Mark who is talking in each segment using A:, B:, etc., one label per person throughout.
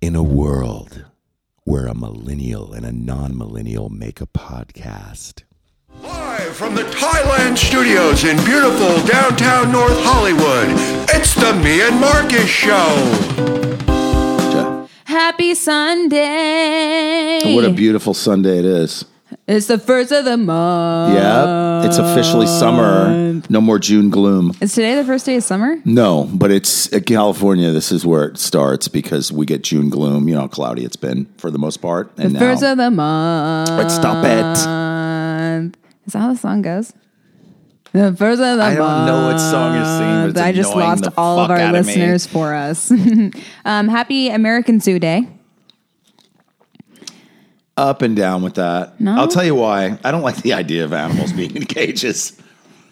A: in a world where a millennial and a non millennial make a podcast.
B: Live from the Thailand studios in beautiful downtown North Hollywood, it's the Me and Marcus Show.
C: Happy Sunday.
D: What a beautiful Sunday it is.
C: It's the first of the month.
D: yeah. It's officially
C: Uh,
D: summer. No more June gloom.
C: Is today the first day of summer?
D: No, but it's uh, California. This is where it starts because we get June gloom. You know how cloudy it's been for the most part. And
C: First
D: now,
C: of the month.
D: But stop it.
C: Is that how the song goes? The first of the
D: I don't
C: month.
D: know what song you're singing. But it's
C: I just
D: annoying
C: lost
D: the
C: all of
D: fuck
C: our
D: outta me.
C: listeners for us. um, happy American Zoo Day.
D: Up and down with that. I'll tell you why. I don't like the idea of animals being in cages.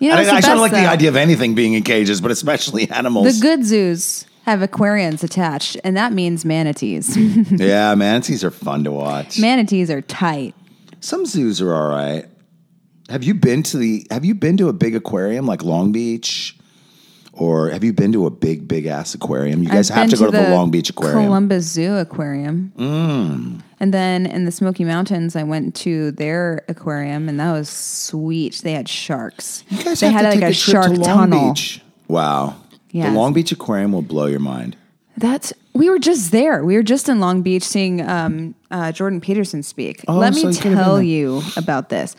C: You know,
D: I,
C: it's the
D: I sort of
C: best,
D: like the
C: though.
D: idea of anything being in cages, but especially
C: The
D: animals.
C: good zoos have aquariums attached, and that means manatees.
D: yeah, manatees are fun to watch.
C: manatees are tight.
D: Some zoos are all right. Have you been to the have you been to a big aquarium like Long Beach? Or have you been to a big, big ass aquarium? You guys
C: I've
D: have
C: been
D: to go to the, Long Beach Aquarium. Mm.
C: Columbus Zoo Aquarium. And then in the Smoky Mountains, I went to their aquarium, and that was sweet. They had sharks.
D: you guys
C: they
D: have
C: had
D: to
C: like
D: take
C: a
D: a, trip
C: shark
D: to Long
C: tunnel.
D: Beach. Wow.
C: Yes.
D: The Long Beach Aquarium will blow your mind.
C: That's we were just there. We were just in Long Beach seeing um, uh, Jordan Peterson speak.
D: Oh,
C: Let
D: so
C: me
D: you could've been
C: tell
D: there.
C: you about this.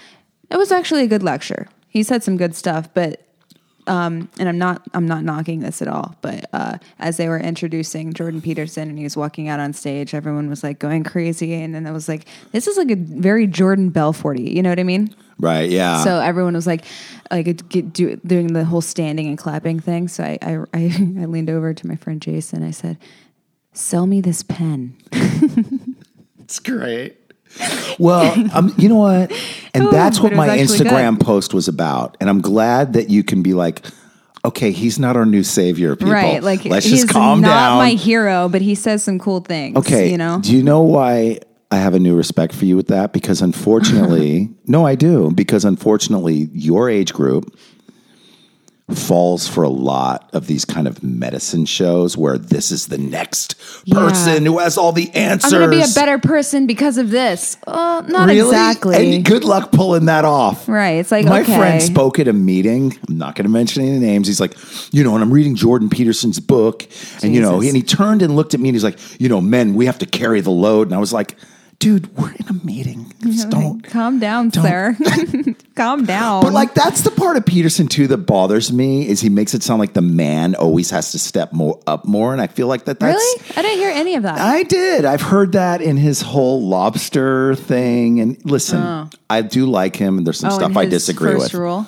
C: It was actually a good lecture. He said some good stuff, but um, and I'm not I'm not knocking this at all. But uh, as they were introducing Jordan Peterson and he was walking out on stage, everyone was like going crazy, and then I was like, this is like a very Jordan Belforty. You know what I mean?
D: Right, yeah.
C: So everyone was like, like it- get, do, doing the whole standing and clapping thing. So I, I, I, I leaned over to my friend Jason. I said, "Sell me this pen."
D: It's great. Well, um, you know what? And
C: Oh,
D: that's
C: but
D: what
C: it was
D: my
C: actually
D: Instagram post was about. And I'm glad that you can be like, okay, he's not our new savior, people.
C: Right? Like
D: let's
C: he's
D: just calm
C: not
D: down.
C: my hero, but he says some cool things.
D: okay,
C: you know.
D: Do you know why I have a new respect for you with that? Because unfortunately, no, I do. Because unfortunately, your age group falls for a lot of these kind of medicine shows where this is the next
C: Yeah.
D: person who has all the
C: I'm
D: answers.
C: gonna be a better person because of this. Uh, not
D: Really?
C: exactly.
D: And good luck pulling that off.
C: Right, it's like,
D: my
C: okay.
D: friend spoke at a meeting. I'm not going to mention any names. He's like, you know, and I'm reading Jordan Peterson's book, and you know,
C: Jesus.
D: and he turned and looked at me, and he's like, you know, men, we have to carry the load. And I was like, dude, we're in a meeting. Just don't.
C: Calm down,
D: don't-
C: sir. Calm down.
D: But like that's the part of Peterson too that bothers me is he makes it sound like the man always has to step more up more, and I feel like that that's
C: really, I didn't hear any of that.
D: I did. I've heard that in his whole lobster thing. And listen, I do like him, and there's some
C: Oh,
D: stuff
C: and
D: I
C: his
D: disagree with.
C: first Rule.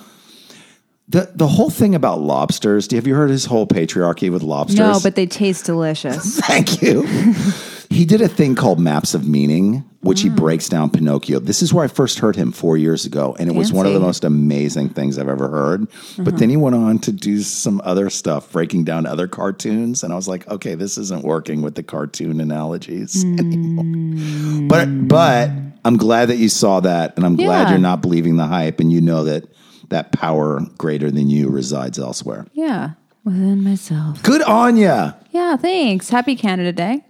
D: The the whole thing about lobsters. Do have you heard his whole patriarchy with lobsters?
C: No, but they taste delicious.
D: thank you. he did a thing called Maps of Meaning, which he breaks down Pinocchio. This is where I first heard him four years ago, and it was one of the
C: Fancy.
D: most amazing things I've ever heard. But then he went on to do some other stuff, breaking down other cartoons, and I was like, okay, this isn't working with the cartoon analogies anymore. But but I'm glad that you saw that, and I'm glad
C: Yeah.
D: you're not believing the hype, and you know that that power greater than you resides elsewhere.
C: yeah, within myself.
D: Good on ya.
C: Yeah, thanks. Happy Canada Day.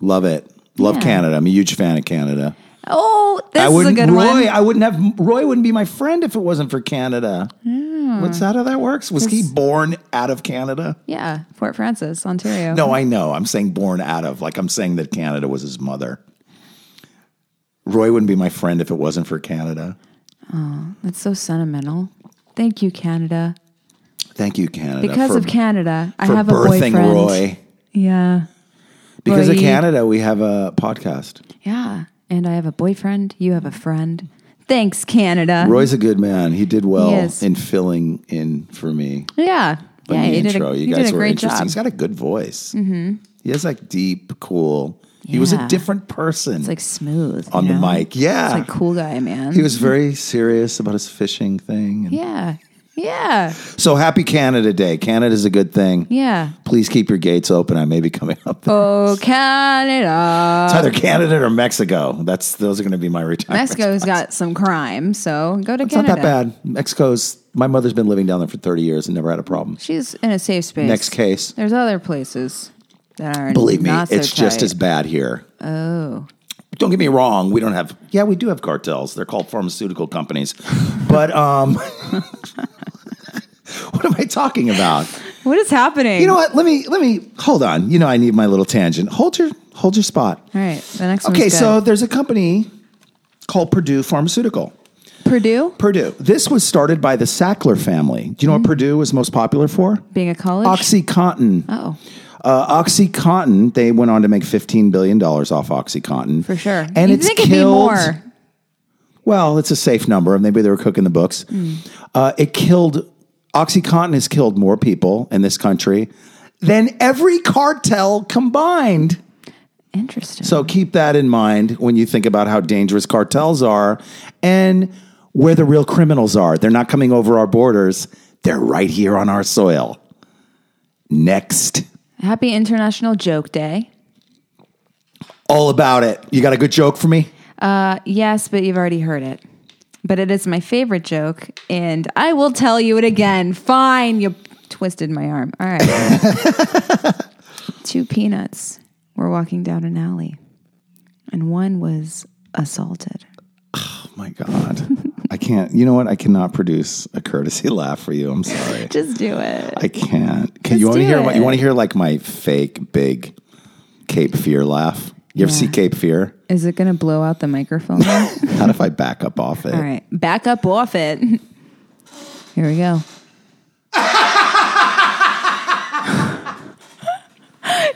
D: Love it. Love
C: Yeah.
D: Canada. I'm a huge fan of Canada.
C: Oh, this
D: I
C: is a
D: wouldn't
C: good
D: Roy,
C: one.
D: I wouldn't have Roy wouldn't be my friend if it wasn't for Canada. What's that how that works? Was he born out of Canada?
C: yeah, Fort Francis, Ontario.
D: No, I know. I'm saying born out of. Like I'm saying that Canada was his mother. Roy wouldn't be my friend if it wasn't for Canada.
C: That's so sentimental. Thank you, Canada.
D: Thank you, Canada.
C: Because
D: uh, for,
C: of Canada, I
D: for
C: have a
D: birthing
C: boyfriend.
D: Roy.
C: Yeah.
D: Because
C: Roy.
D: of Canada, we have a podcast.
C: Yeah. And I have a boyfriend. You have a friend. Thanks, Canada.
D: Roy's a good man. He did well
C: Um, is.
D: in filling in for me.
C: Yeah.
D: on
C: yeah,
D: the
C: you did
D: intro.
C: a,
D: you
C: you
D: guys
C: did a
D: were
C: great
D: interesting.
C: job.
D: He's got a good voice. Mm-hmm. He has like deep, cool. He was
C: Yeah.
D: a different person
C: It's like smooth.
D: on
C: you
D: the
C: know?
D: mic. Yeah,
C: It's like cool guy, man.
D: he was very serious about his fishing thing. And
C: yeah. Yeah.
D: So happy Canada Day. Canada's a good thing.
C: Yeah.
D: Please keep your gates open. I may be coming up.
C: Oh, uh, Canada.
D: It's either Canada or Mexico. That's those are going to be my retirement.
C: Mexico's got some crime, so go to
D: It's
C: Canada.
D: not that bad. Mexico's. My mother's been living down there for thirty years and never had a problem.
C: She's in a safe space.
D: Next case.
C: There's other places. that are
D: Believe me,
C: not so
D: it's just
C: tight.
D: as bad here. Oh. Don't get me wrong. We don't have. Yeah, we do have cartels. They're called pharmaceutical companies. but um, what am I talking about?
C: What is happening?
D: You know what? Let me let me hold on. You know, I need my little tangent. Hold your hold your spot.
C: All right, the next one.
D: Okay, so there's a company called Purdue Pharmaceutical.
C: Purdue
D: Purdue. This was started by the Sackler family. Do you know what Purdue was most popular for?
C: Mm-hmm. being a college.
D: OxyContin.
C: oh,
D: Uh, OxyContin, they went on to make $15 billion off OxyContin.
C: for sure.
D: And
C: you
D: it's
C: think
D: killed,
C: it'd be more?
D: Well, it's a safe number. Maybe they were cooking the books.
C: Hmm.
D: Uh, it killed, OxyContin has killed more people in this country than every cartel combined.
C: Interesting.
D: So keep that in mind when you think about how dangerous cartels are and where the real criminals are. They're not coming over our borders, they're right here on our soil. Next.
C: Happy International Joke Day.
D: All about it. You got a good joke for me?
C: Uh, Yes, but you've already heard it. But it is my favorite joke, and I will tell you it again. Fine, you twisted my arm. All right. Two peanuts were walking down an alley, and one was assaulted.
D: Oh my God. I can't. You know what? I cannot produce a courtesy laugh for you. I'm sorry.
C: Just do it.
D: I can't. Can you
C: Let's
D: want to
C: do
D: hear? my- You
C: it.
D: want to hear like my fake big Cape Fear laugh? You ever see
C: Yeah.
D: Cape Fear?
C: Is it going to blow out the microphone? All
D: Not if I back up off it.
C: right. Back up off it. Here we go.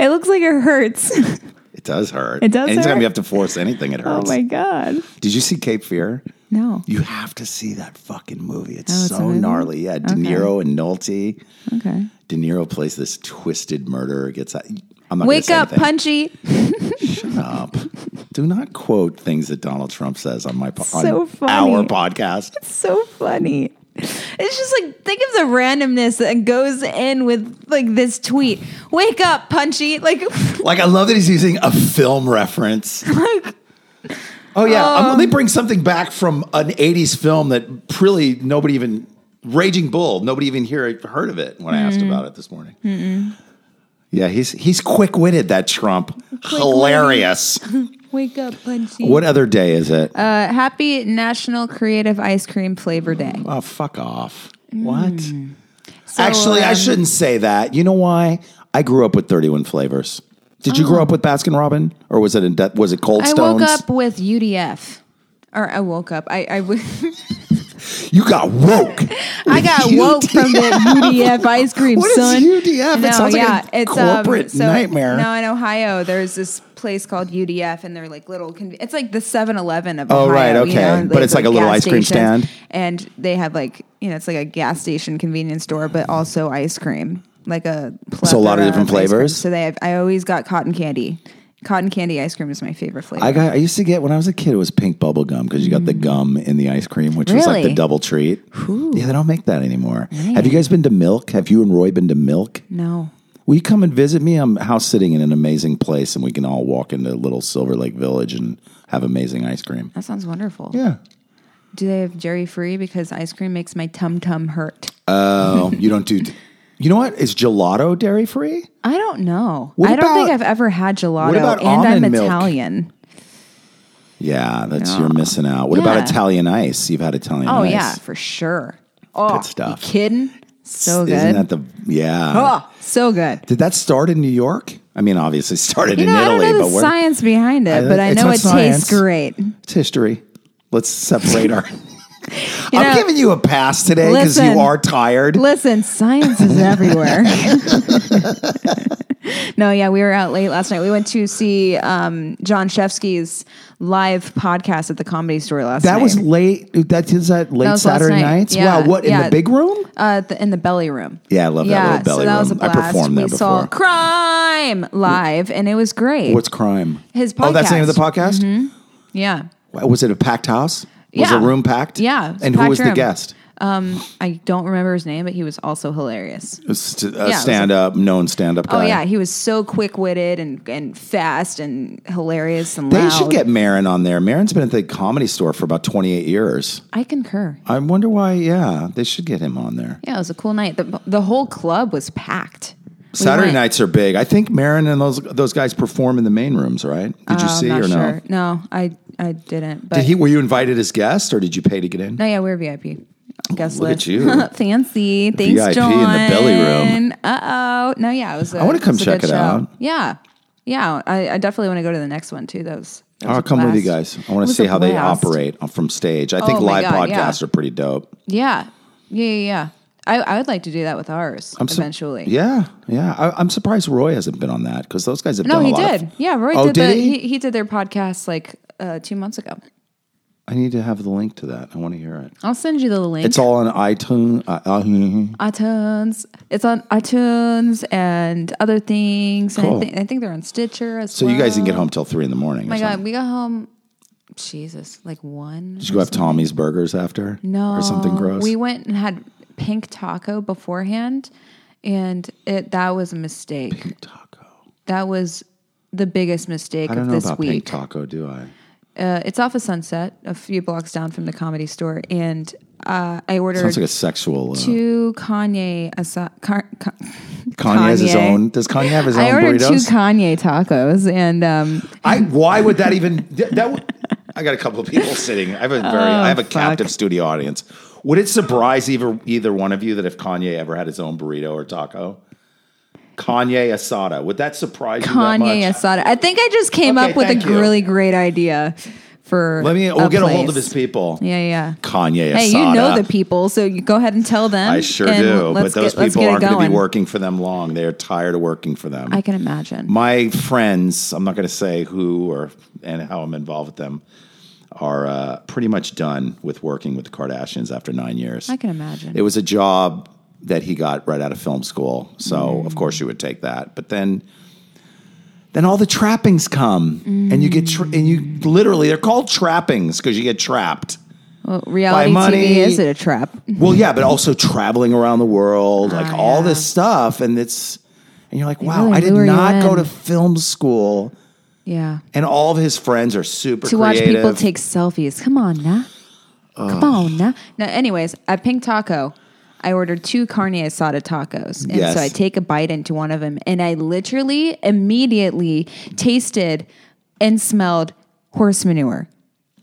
C: it looks like it hurts.
D: It does hurt.
C: It does
D: Anytime
C: hurt.
D: you have to force anything, it
C: Oh
D: hurts.
C: my God.
D: Did you see Cape Fear?
C: No.
D: You have to see that fucking movie. It's
C: Oh, it's a
D: so
C: movie?
D: gnarly. Yeah, De
C: Okay.
D: Niro and Nolte.
C: Okay.
D: De Niro plays this twisted murderer. Gets out. I'm not gonna
C: Wake
D: say
C: up,
D: anything.
C: Punchy.
D: up. Do not quote things that Donald Trump says on my po-
C: So
D: on
C: funny.
D: our podcast.
C: So funny. It's just like think of the randomness that goes in with like this tweet. Wake up, Punchy. Like
D: Like I love that he's using a film reference. oh yeah, um, they bring something back from an '80s film that really nobody even Raging Bull. Nobody even here heard of it when I asked about it this morning. Yeah, he's he's quick witted. That Trump, hilarious.
C: wake up, Punchy.
D: what other day is it?
C: Uh, happy National Creative Ice Cream Flavor Day.
D: oh, fuck off. What?
C: Mm. So,
D: Actually, I
C: um,
D: shouldn't say that. You know why? I grew up with 31 flavors. Did you grow up with Baskin Robin, or was it in de- was it Cold
C: Oh. I
D: Stones?
C: woke up with UDF. Or I woke up. I I, w-
D: You got woke.
C: I got woke from the UDF ice cream,
D: What is
C: son.
D: UDF? It sounds like a corporate nightmare.
C: Now um, in Ohio, there's this place called UDF, and they're like little. Conv- it's like the 7-Eleven of
D: Oh,
C: Ohio.
D: right, okay.
C: you know, and
D: But it's like a little
C: gas
D: ice cream
C: stations.
D: stand?
C: and they have like you know, it's like a gas station convenience store, but also ice cream, like a
D: So a lot of
C: plethora
D: different
C: ice cream.
D: flavors?
C: So they, have, I always got cotton candy. Cotton candy ice cream is my favorite flavor.
D: I got. I used to get when I was a kid. It was pink bubble gum because you got the gum in the ice cream, which was like the
C: Mm. Really?
D: double treat. Yeah, they don't make that anymore. Have you guys been to Milk? Have you and Roy been to Milk?
C: no.
D: Will you come and visit me? I'm house sitting in an amazing place, and we can all walk into Little Silver Lake Village and have amazing ice cream.
C: That sounds wonderful.
D: Yeah.
C: Do they have dairy free? Because ice cream makes my tum tum hurt.
D: Oh, you don't do. You know what? Is gelato dairy free?
C: I don't know.
D: What
C: I don't think
D: about-
C: I've ever had gelato,
D: what about
C: and I'm
D: almond milk?
C: Italian.
D: Yeah, that's you're missing out. What
C: Yeah.
D: about Italian ice? You've had Italian
C: Oh
D: ice.
C: yeah, for sure. Oh,
D: Good stuff.
C: You kidding? So good.
D: Isn't that the yeah?
C: oh, so good.
D: Did that start in New York? I mean, obviously it started
C: You
D: in
C: know, I
D: Italy,
C: don't know
D: but
C: the
D: we're,
C: science behind it,
D: I-
C: but I
D: it's
C: know
D: not
C: it
D: science.
C: tastes great. You
D: it's history. Let's separate our.
C: know,
D: I'm giving you a pass today because you
C: Listen.
D: are tired.
C: Listen, science is everywhere. no, yeah, we were out late last night. We went to see um, John Shevsky's live podcast at the Comedy Store last night.
D: that was late. That is that late
C: That was last
D: Saturday
C: night.
D: nights.
C: Yeah,
D: Wow, what in
C: yeah.
D: the big room?
C: uh, th- in the belly room.
D: Yeah, I love that little belly
C: so that
D: room.
C: Was a
D: I
C: blast.
D: performed there
C: we saw
D: before.
C: Crime live, and it was great.
D: What's crime?
C: His
D: Oh, that's the name of the podcast.
C: yeah,
D: Wha- Was it a packed house? Was
C: Yeah.
D: the room packed?
C: Yeah, it was a
D: And who
C: packed
D: was the
C: room.
D: guest?
C: I don't remember his name, but he was also hilarious.
D: A st- a
C: was a-
D: stand up, known stand up
C: Oh
D: guy.
C: yeah, he was so quick witted and and fast and hilarious and
D: They
C: loud.
D: should get Marin on there. Marin's been at the comedy store for about 28 years.
C: I concur.
D: I wonder why, yeah, they should get him on there.
C: Yeah, it was a cool night. The the whole club was packed.
D: Saturday
C: went-
D: nights are big. I think Marin and those those guys perform in the main rooms, right? Did you
C: Oh, I'm
D: see
C: not
D: or no?
C: sure. No, I I didn't. But
D: Did he? Were you invited as guest, or did you pay to get in?
C: No, yeah, we're VIP. Guest
D: Look at
C: list.
D: you.
C: Fancy. Thanks,
D: VIP
C: John.
D: in the belly room.
C: Uh oh. No, yeah, it was. I
D: wanna come check it
C: show.
D: out.
C: Yeah, yeah. I, I definitely want to go to the next one too. That was. that was
D: I'll
C: a
D: come with you
C: blast.
D: guys. I want
C: It
D: to
C: was
D: see
C: a
D: how they
C: blast.
D: operate uh, from stage. I think
C: Oh my
D: live
C: God, yeah.
D: podcasts are pretty dope.
C: Yeah, yeah, yeah. yeah. I, I would like to do that with ours
D: I'm su-
C: eventually.
D: Yeah, yeah. I, I'm surprised Roy hasn't been on that because those guys have
C: No,
D: done a
C: he
D: lot.
C: did.
D: Of,
C: yeah, Roy
D: Oh,
C: did,
D: did
C: the,
D: he?
C: he? he did their podcast like uh, two months ago.
D: I need to have the link to that. I want to hear it.
C: I'll send you the link.
D: It's all on iTunes. Uh, uh,
C: iTunes. It's on iTunes and other things. And
D: Cool.
C: I, think I think they're on Stitcher as
D: so
C: well.
D: you guys didn't get home till three in the morning.
C: Oh my
D: or
C: god,
D: something.
C: we got home. Jesus, like one.
D: Did you go have Tommy's Burgers after?
C: No,
D: or something gross.
C: We went and had pink taco beforehand, and it that was a mistake.
D: Pink taco.
C: That was the biggest mistake
D: I don't
C: of
D: know
C: this
D: about pink
C: week.
D: taco. Do I?
C: Uh, it's off of Sunset, a few blocks down from the comedy store, and uh, I ordered
D: Sounds like a sexual. Uh,
C: two Kanye. Asa- car- ca-
D: Kanye has his
C: Kanye.
D: own. Does Kanye have his own
C: I ordered
D: burritos?
C: two Kanye tacos, and um,
D: I why would that even that? would- I got a couple of people sitting. I have a very I
C: Oh,
D: have a captive studio audience. Would it surprise either either one of you that if Kanye ever had his own burrito or taco? Kanye asada. Would that surprise you that
C: Kanye
D: much?
C: Asada. I think I just came
D: Okay,
C: up with a
D: thank you.
C: really great idea for.
D: Let me. We'll
C: a
D: get a hold
C: place.
D: of his people.
C: Yeah, yeah.
D: Kanye
C: Hey,
D: asada.
C: you know the people, so you go ahead and tell them.
D: I sure
C: and
D: do, but
C: let's
D: those
C: get- let's
D: people
C: get it
D: aren't going to be
C: going.
D: working for them long. They're tired of working for them.
C: I can imagine.
D: my friends, I'm not going to say who or and how I'm involved with them, are uh, pretty much done with working with the Kardashians after nine years.
C: I can imagine.
D: It was a job that he got right out of film school,
C: Mm.
D: so of course you would take that. But then, then all the trappings come, and you get tra- and you literally they're called trappings because you get trapped.
C: well, reality
D: money-
C: TV is it a trap?
D: Well, yeah, but also traveling around the world, like
C: Ah,
D: all
C: yeah.
D: this stuff, and it's and you're like, wow,
C: really
D: I did
C: lure you
D: not go
C: in.
D: to film school.
C: Yeah.
D: And all of his friends are super
C: To watch
D: creative.
C: people take selfies. Come on, now. Come on, now. Now, anyways, at Pink Taco, I ordered two carne asada tacos. And
D: Yes.
C: so I take a bite into one of them, and I literally immediately tasted and smelled horse manure.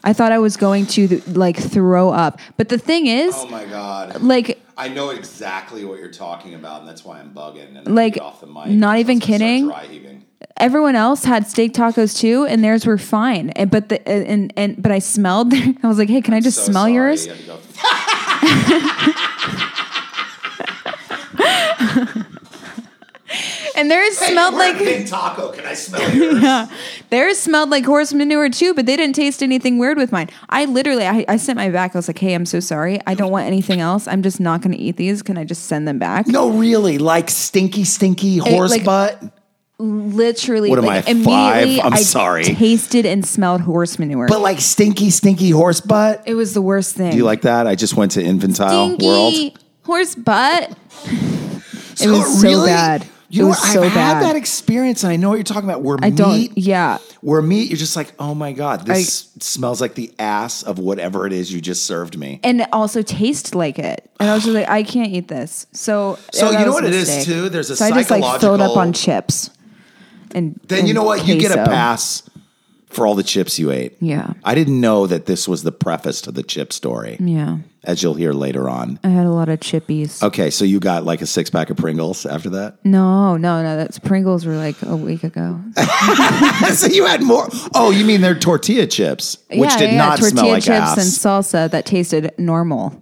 C: I thought I was going to like throw up. But the thing is,
D: Oh my god!
C: like,
D: I know exactly what you're talking about, and that's why I'm bugging. And I
C: Like,
D: need to mic
C: not even
D: because I
C: kidding?
D: start dry heaving.
C: everyone else had steak tacos too, and theirs were fine. And but the and and but I smelled. I was like, hey, can I just
D: So
C: smell
D: sorry,
C: yours?
D: you had to go-
C: And theirs smelled
D: We're at
C: like
D: Big taco. Can I smell yours?
C: Theirs smelled like horse manure too, but they didn't taste anything weird with mine. I literally, I, I sent my back. I was like, "Hey, I'm so sorry. I don't want anything else. I'm just not going to eat these. Can I just send them back?"
D: No, really, like stinky, stinky horse
C: like-
D: butt.
C: Literally,
D: What am
C: like,
D: I,
C: immediately,
D: five? I'm
C: I
D: sorry.
C: Tasted and smelled horse manure.
D: But like stinky, stinky horse butt.
C: it was the worst thing.
D: Do you like that? I just went to infantile
C: Stinky
D: world.
C: horse butt?
D: So
C: was so bad.
D: You
C: It
D: know
C: was
D: what?
C: so
D: I've had
C: bad.
D: that experience, and I know what you're talking about. Where
C: I don't.
D: meat,
C: Yeah,
D: where meat, you're just like, oh my god, this smells like the ass of whatever it is you just served me.
C: and it also tastes like it. And I was just like, I can't eat this. So,
D: So
C: that
D: you know
C: was
D: what
C: a
D: it is,
C: mistake.
D: too? There's a
C: so I just like filled up
D: psychological-
C: on chips. And
D: Then you
C: and
D: know what? You get a
C: queso.
D: pass for all the chips you ate.
C: Yeah.
D: I didn't know that this was the preface to the chip story,
C: Yeah. Uh.
D: as you'll hear later on.
C: I had a lot of chippies.
D: Okay, so you got like a six pack of Pringles after that.
C: no, no, no. That's Pringles were like a week ago.
D: so you had more. Oh, you mean they're tortilla chips, which
C: yeah,
D: did
C: yeah,
D: not
C: tortilla
D: smell like
C: chips
D: ass.
C: and salsa that tasted normal,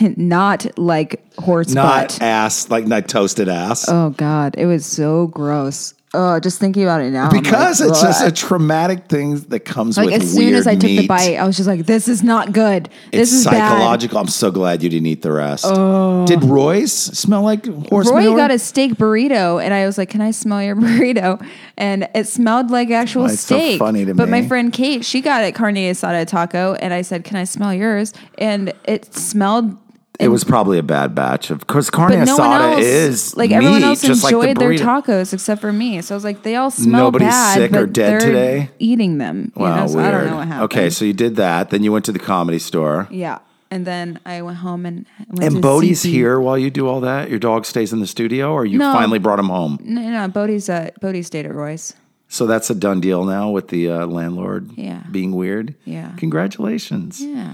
C: not like horse
D: not
C: butt.
D: ass, like not toasted ass.
C: oh God, it was so gross. Oh, just thinking about it now. I'm
D: because
C: like,
D: it's just a
C: "Ugh."
D: traumatic thing that comes
C: like
D: with
C: as soon as
D: weird
C: I took the
D: meat.
C: bite, I was just like, "This is not good. this
D: It's
C: is bad." Oh.
D: psychological. I'm so glad you didn't eat the rest. Did Roy's smell like horse
C: Roy
D: manure?
C: got a steak burrito, and I was like, "Can I smell your burrito?" And it smelled like actual
D: Why it's so
C: steak.
D: funny to
C: but
D: me.
C: my friend Kate, she got it carne asada taco, and I said, "Can I smell yours?" And it smelled.
D: It was probably a bad batch of because carne
C: But no one
D: asada
C: else,
D: is
C: like everyone
D: meat,
C: else,
D: just like the
C: enjoyed their
D: burrito.
C: tacos except for me. So I was like, they all smell
D: Nobody's
C: bad,
D: sick
C: but
D: or dead
C: they're
D: today?
C: Eating them, you
D: Wow,
C: know, so I don't
D: weird.
C: know what happened.
D: Okay, so you did that. Then you went to the comedy store.
C: yeah, And then I went home and went
D: And
C: to
D: Bodie's
C: CP.
D: here while you do all that. Your dog stays in the studio, or you
C: No.
D: finally brought him home.
C: No, no, Bodie's uh, Bodie stayed at Roy's.
D: So that's a done deal now with the uh, landlord
C: Yeah.
D: being weird.
C: Yeah.
D: Congratulations.
C: Yeah.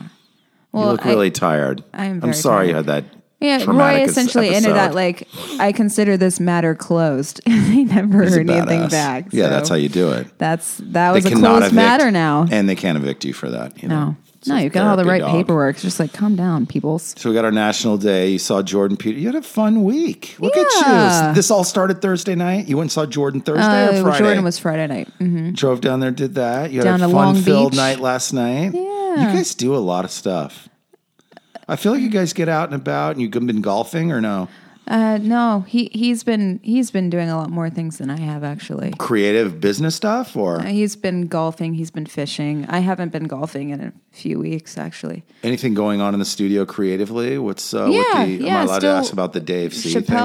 D: you
C: Well,
D: look
C: I-
D: really tired.
C: I am
D: I'm
C: very
D: sorry
C: tired.
D: you had that.
C: yeah,
D: traumatic
C: Roy
D: as-
C: essentially ended
D: episode.
C: that like I consider this matter closed. they never
D: He's a
C: heard anything
D: badass.
C: back.
D: Yeah,
C: so
D: that's how you do it.
C: That's that was a
D: cannot
C: closed
D: evict-
C: matter now.
D: and they can't evict you for that. You know?
C: No,
D: It's
C: no,
D: a
C: you've got all the right
D: therapy dog.
C: paperwork. It's just like calm down, peoples.
D: So we got our national day. You saw Jordan Peter. You had a fun week. Look at
C: Yeah.
D: you. This all started Thursday night. You went and saw Jordan Thursday or
C: Uh,
D: Friday.
C: Jordan was Friday night. Mhm.
D: drove down there, did that. You had
C: Down
D: a
C: to Long
D: fun filled
C: Beach.
D: night last night.
C: Yeah.
D: You guys do a lot of stuff. I feel like you guys get out and about and you've been golfing or no?
C: Uh, no, he he's been he's been doing a lot more things than I have actually. Uh,
D: Creative business stuff or
C: He's been golfing. He's been fishing. I haven't been golfing in a few weeks actually.
D: anything going on in the studio creatively? What's uh,
C: Yeah,
D: with the, am
C: yeah,
D: I allowed
C: still-
D: to ask about the Dave C
C: Chappelle
D: thing?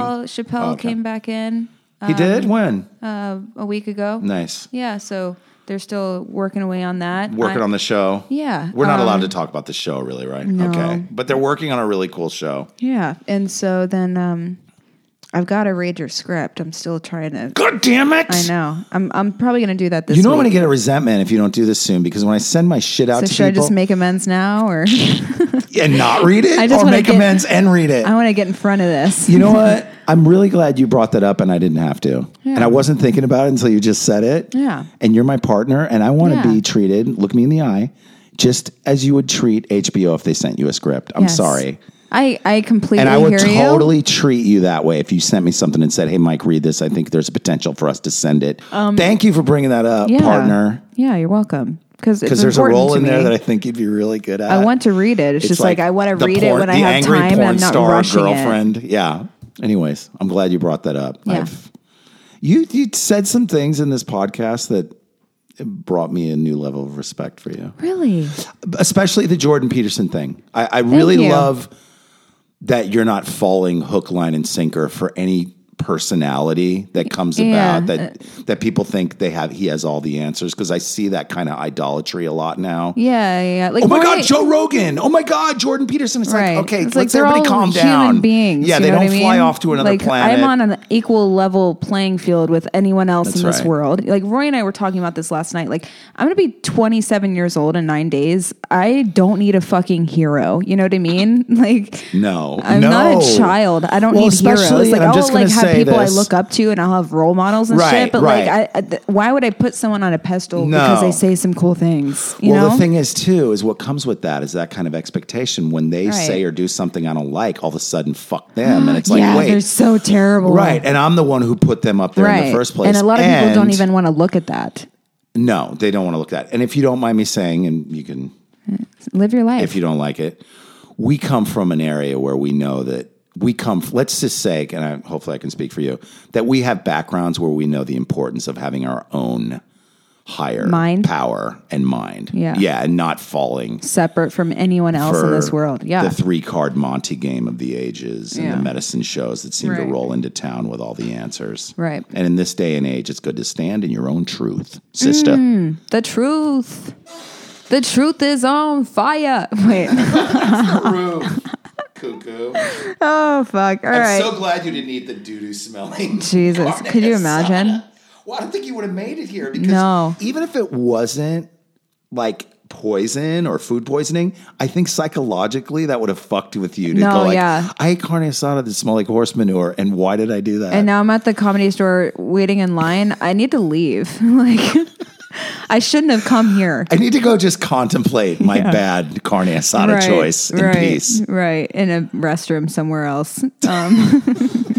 D: Oh,
C: Chappelle came back in
D: He did? When?
C: uh, a week ago.
D: nice.
C: Yeah, so they're still working away on that.
D: Working
C: I-
D: on the show.
C: Yeah,
D: We're not
C: um,
D: allowed to talk about the show really, right?
C: no.
D: Okay. But they're working on a really cool show.
C: Yeah, and so then um, I've got a Rager script. I'm still trying to.
D: God damn it.
C: I know. I'm I'm probably gonna do that this.
D: You know I'm
C: week.
D: going to get a resentment if you don't do this soon because when I send my shit out
C: So
D: to
C: should I
D: people
C: just make amends now, or
D: and not read it
C: I just
D: or
C: wanna
D: make
C: get-
D: amends and read it.
C: I want to get in front of this?
D: you know what? I'm really glad you brought that up and I didn't have to. And I wasn't thinking about it until you just said it.
C: Yeah.
D: And you're my partner and I want to
C: Yeah.
D: be treated, look me in the eye, just as you would treat HBO if they sent you a script. I'm
C: Yes.
D: sorry.
C: I I completely
D: And I would
C: hear you.
D: totally treat you that way if you sent me something and said, "Hey, Mike, read this. I think there's a potential for us to send it." Thank you for bringing that up,
C: Um, yeah.
D: partner.
C: Yeah, you're welcome. Because
D: Because there's a role in there that I think you'd be really good at.
C: I want to read it. It's,
D: It's
C: just like, I want
D: the
C: to read
D: porn-
C: it when I
D: the
C: have
D: angry
C: time and
D: porn
C: I'm not
D: star
C: rushing it.
D: girlfriend. Yeah. Anyways, I'm glad you brought that up.
C: Yeah.
D: you you said some things in this podcast that brought me a new level of respect for you,
C: Really?
D: especially the Jordan Peterson thing. I, I really
C: you.
D: love that you're not falling hook, line, and sinker for any personality that comes
C: Yeah.
D: about that that people think they have he has all the answers because I see that kind of idolatry a lot now.
C: Yeah, yeah. Like
D: Oh my
C: we're
D: God,
C: like-
D: Joe Rogan. Oh my God, Jordan Peterson. It's
C: Right.
D: like, okay,
C: It's like
D: let's
C: they're
D: everybody
C: all
D: calm
C: human
D: down.
C: beings.
D: yeah,
C: you
D: they
C: know
D: don't
C: what I
D: fly
C: mean?
D: off to another
C: like,
D: planet.
C: I'm on an equal level playing field with anyone else
D: That's
C: in this
D: right.
C: world. Like Roy and I were talking about this last night. Like I'm gonna be 27 years old in nine days. I don't need a fucking hero. You know what I mean? Like
D: No,
C: I'm not
D: no.
C: a child. I don't
D: Well,
C: need heroes.
D: especially-
C: Like
D: and I'm
C: I'll
D: just gonna
C: like have
D: say
C: people
D: this.
C: I look up to, and I'll have role models and
D: Right,
C: shit. But
D: right.
C: like, I, I, th- why would I put someone on a pedestal
D: No.
C: because they say some cool things? You
D: well,
C: know?
D: the thing is, too, is what comes with that is that kind of expectation. When they
C: Right.
D: say or do something I don't like, all of a sudden, fuck them, and it's like,
C: yeah,
D: wait,
C: they're so terrible.
D: right? And I'm the one who put them up there in the first place.
C: And a lot of people don't
D: And-
C: even want to look at that.
D: No, they don't want to look at. It. And if you don't mind me saying, and you can
C: Live your life.
D: if you don't like it. We come from an area where we know that we come. Let's just say, and I, hopefully I can speak for you, that we have backgrounds where we know the importance of having our own higher
C: Mind?
D: power and mind.
C: Yeah.
D: yeah, and not falling
C: Separate from anyone else in
D: for
C: this world. Yeah.
D: the three card Monty game of the ages and
C: Yeah.
D: the medicine shows that seem
C: Right.
D: to roll into town with all the answers.
C: Right.
D: and in this day and age, it's good to stand in your own truth, sister.
C: the truth. The truth is on fire. Wait.
D: Cuckoo.
C: Oh, fuck. All right.
D: I'm so glad you didn't eat the doo doo smelling.
C: Jesus,
D: carne
C: could you
D: asada.
C: imagine?
D: Well, I don't think you would have made it here because
C: No.
D: even if it wasn't like poison or food poisoning, I think psychologically that would have fucked with you to
C: No,
D: go like,
C: yeah.
D: I ate carne asada that smelled like horse manure, and why did I do that?
C: and now I'm at the comedy store waiting in line. I need to leave. like, I shouldn't have come here.
D: I need to go just contemplate my bad carne asada choice in
C: right,
D: peace.
C: Right. In a restroom somewhere else.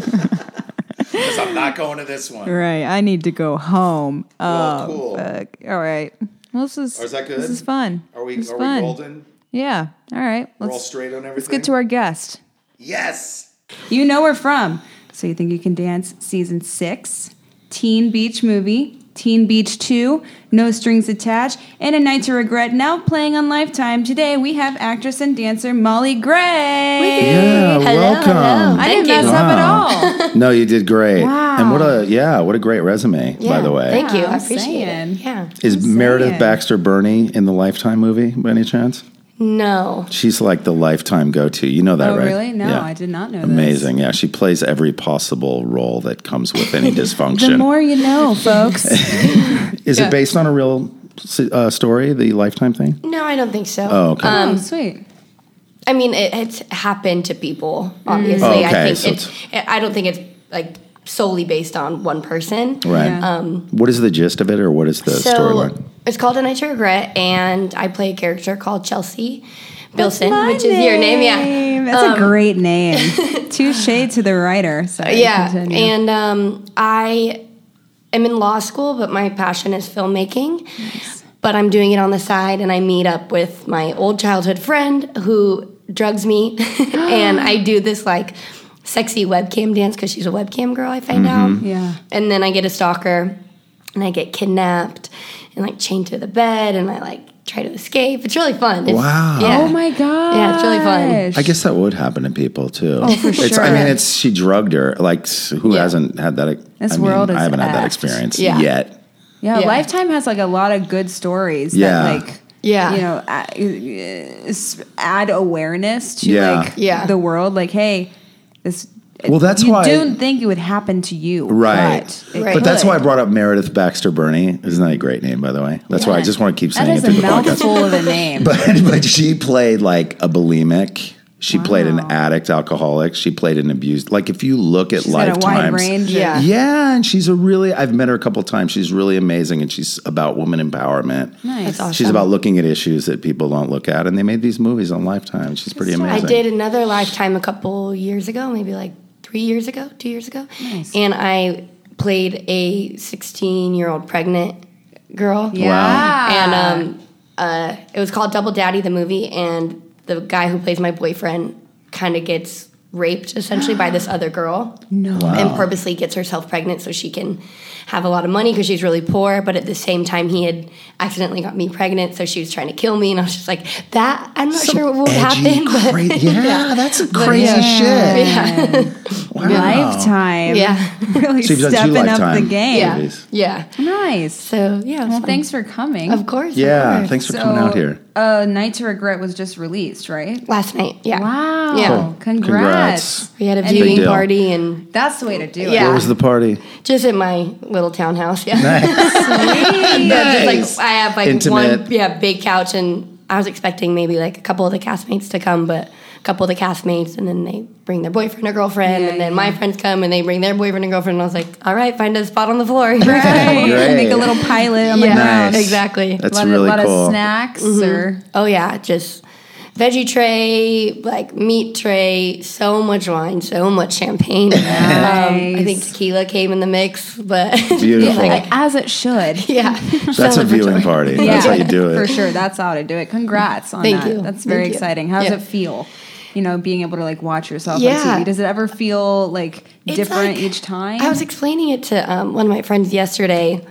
D: Because I'm not going to this one.
C: Right. I need to go home.
D: Well,
C: Oh,
D: cool.
C: fuck. All right. Well, this is,
D: Is that good?
C: This is fun. This is fun. Yeah. All right. Let's,
D: on everything?
C: let's get to our guest.
D: Yes.
C: You know we're from. So you think you can dance? Season six, Teen Beach movie, Teen Beach two, No Strings Attached, and A Night to Regret. Now playing on Lifetime. Today we have actress and dancer Molly Gray.
D: Yeah,
E: Hello,
D: welcome.
E: hello.
C: I didn't
E: Thank you.
C: mess up at all.
D: no, you did great. And what a yeah, what a great resume, by
E: Yeah,
D: the way.
E: Thank you.
C: Yeah,
E: I
C: I'm
E: appreciate
C: saying.
E: it. Yeah.
D: Is Meredith
C: saying.
D: Baxter Bernie in the Lifetime movie by any chance?
E: No.
D: She's like the lifetime go to. You know that,
C: Oh,
D: right?
C: really? No, I did not know this.
D: Amazing. Yeah, she plays every possible role that comes with any dysfunction.
C: The more you know, folks.
D: Is
E: Yeah.
D: it based on a real uh, story, the lifetime thing?
E: No, I don't think so.
D: Oh, okay.
C: oh, sweet.
E: I mean, it, it's happened to people, obviously.
D: Oh, okay,
E: I think
D: so
E: it, I don't think it's like solely based on one person.
D: right.
C: yeah.
D: what is the gist of it, or what is the
E: so
D: storyline?
E: it's called A Night to Regret, and I play a character called Chelsea Bilson,
C: My
E: which is your name. Yeah. Um,
C: That's a great name. Touche to the writer. Sorry,
E: Yeah.
C: continue.
E: And um, I am in law school, but my passion is filmmaking. But I'm doing it on the side, and I meet up with my old childhood friend who drugs me, and I do this like sexy webcam dance because she's a webcam girl. I find out.
C: yeah.
E: And then I get a stalker and I get kidnapped and like chained to the bed and I like try to escape. It's really fun. It's-
D: Wow.
E: Yeah.
C: Oh my god.
E: Yeah, it's really fun.
D: I guess that would happen to people too. Oh,
C: for
D: It's, I
C: sure.
D: mean, it's she drugged her. Like, s- who
E: Yeah.
D: hasn't had that?
C: This
D: I mean,
C: world
D: I
C: is
D: haven't had that
C: effed.
D: experience
E: Yeah.
D: yet.
C: Yeah,
E: Yeah.
C: Lifetime has like a lot of good stories
D: Yeah.
C: that like
E: Yeah.
C: you know a- uh, s- add awareness to
D: Yeah.
C: like
E: Yeah.
C: the world. Like, hey, this.
D: Well, that's
C: you
D: why-
C: don't think it would happen to you,
D: Right.
C: But, it
E: Right.
D: But that's
C: could.
D: why I brought up Meredith Baxter Burney. Isn't that a great name, by the way? That's why I just want to keep
C: that
D: saying it
C: is
D: through
C: a
D: the podcast.
C: mouthful of a name.
D: but but she played like a bulimic. She played an addict, alcoholic. She played an abused. Like if you look at
C: She's got a
D: lifetimes,
C: wide range.
E: Yeah.
C: Of,
D: yeah, and she's a really. I've met her a couple times. She's really amazing, and she's about women empowerment.
C: Nice.
E: awesome.
D: She's about looking at issues that people don't look at, and they made these movies on Lifetime. She's pretty
E: I
D: amazing.
E: did another lifetime a couple years ago, maybe like three years ago, two years ago. And I played a 16 year old pregnant girl.
C: Yeah.
E: And um, uh, it was called Double Daddy, the movie. And the guy who plays my boyfriend kind of gets raped essentially by this other girl. No. And purposely gets herself pregnant so she can have a lot of money because she's really poor. But at the same time, he had accidentally got me pregnant. So she was trying to kill me. And I was just like, that, I'm not
D: Some
E: sure what would
D: edgy,
E: happen. but-
D: cra- yeah, that's a crazy shit. Wow.
C: Lifetime.
E: Yeah.
C: Really
D: So you've done two
C: stepping up the
D: Lifetime
C: game.
E: yeah.
D: Movies.
E: Yeah.
C: Nice.
E: So, yeah. it was
C: Well,
E: fun.
C: thanks for coming.
E: Of course. of
D: Yeah,
E: course.
D: thanks for
C: So,
D: coming out here.
C: Uh, Night to Regret was just released, right?
E: Last night. Yeah.
C: Wow.
E: Yeah.
D: Cool.
C: Congrats.
D: Congrats.
E: We had a
C: And
E: viewing
D: deal.
E: party and
C: That's the way to do it.
E: Yeah.
D: Where was the party?
E: Just in my little townhouse, yeah. Yeah,
D: Nice.
E: just like I have like
D: Intimate.
E: one yeah, big couch and I was expecting maybe like a couple of the castmates to come, but a couple of the castmates and then they bring their boyfriend or girlfriend
C: Yeah,
E: and then
C: yeah.
E: my friends come and they bring their boyfriend and girlfriend and I was like, All right, find a spot on the floor.
C: Right.
D: Great.
C: Make a little pilot on
E: Yeah.
C: the ground.
D: Nice.
E: Exactly.
D: That's
C: a lot,
D: really
C: of, lot
D: cool.
C: of snacks or
E: oh yeah, just veggie tray, like meat tray, so much wine, so much champagne. Um, I think
C: Nice.
E: tequila came in the mix, but
D: Beautiful.
C: as it should.
E: yeah.
D: That's a
E: Celebratory.
D: viewing party. That's how you do it.
C: For sure. That's how to do it. Congrats on
E: Thank
C: that.
E: you.
C: That's very
E: Thank you.
C: exciting. How does
E: Yeah.
C: it feel? You know, being able to like watch yourself
E: Yeah.
C: on TV. Does it ever feel like
E: It's
C: different
E: like-
C: each time?
E: I was explaining it to um, one of my friends yesterday.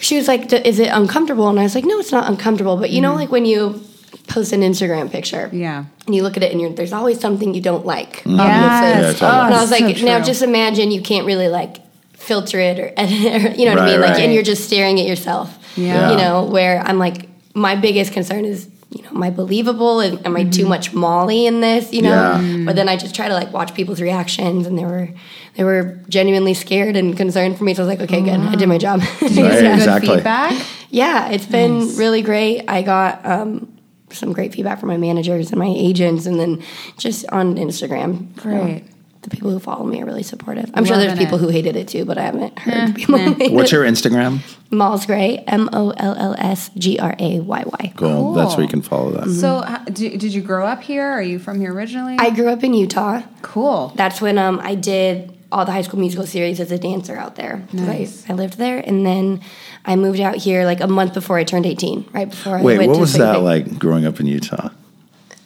E: She was like, "D- "Is it uncomfortable?" And I was like, "No, it's not uncomfortable." But you know,
C: Mm-hmm.
E: like when you post an Instagram picture,
C: yeah.
E: and you look at it, and you're, there's always something you don't like.
C: Yes.
D: Mm-hmm. Yeah, totally.
C: Oh,
E: and I was
C: so
E: like, now
C: true.
E: just imagine you can't really like filter it or edit it, or, you know what I
D: Right,
E: mean? Like,
D: right.
E: and you're just staring at yourself.
C: Yeah.
E: You know, where I'm like, my biggest concern is, you know, am I believable? Am, am I too
C: Mm-hmm.
E: much Molly in this? You know?
D: Yeah. Mm.
E: But then I just try to like watch people's reactions, and they were they were genuinely scared and concerned for me. So I was like, okay, good, I did my
C: Mm-hmm.
E: job.
C: Did you get
D: Right,
C: some good
D: exactly.
C: feedback?
E: Mm-hmm. Yeah, it's been really great. I got um, some great feedback from my managers and my agents, and then just on Instagram. you know,
C: Great.
E: the people who follow me are really supportive. I'm sure
C: Loving
E: there's people
C: it.
E: who hated it too, but I haven't heard people. who hated
D: What's
E: it.
D: your Instagram?
E: Malls Gray? M O L L S G R A Y Y.
D: Cool.
C: Cool.
D: That's where you can follow that.
C: So, h- do, did you grow up here? Are you from here originally?
E: I grew up in Utah.
C: cool.
E: That's when um, I did all the High School Musical series as a dancer out there. So I-
C: Nice.
E: I, lived there, and then I moved out here like a month before I turned 18. Right before I
D: Wait,
E: went
D: what
E: to
D: was
E: spring
D: that
E: break.
D: like growing up in Utah?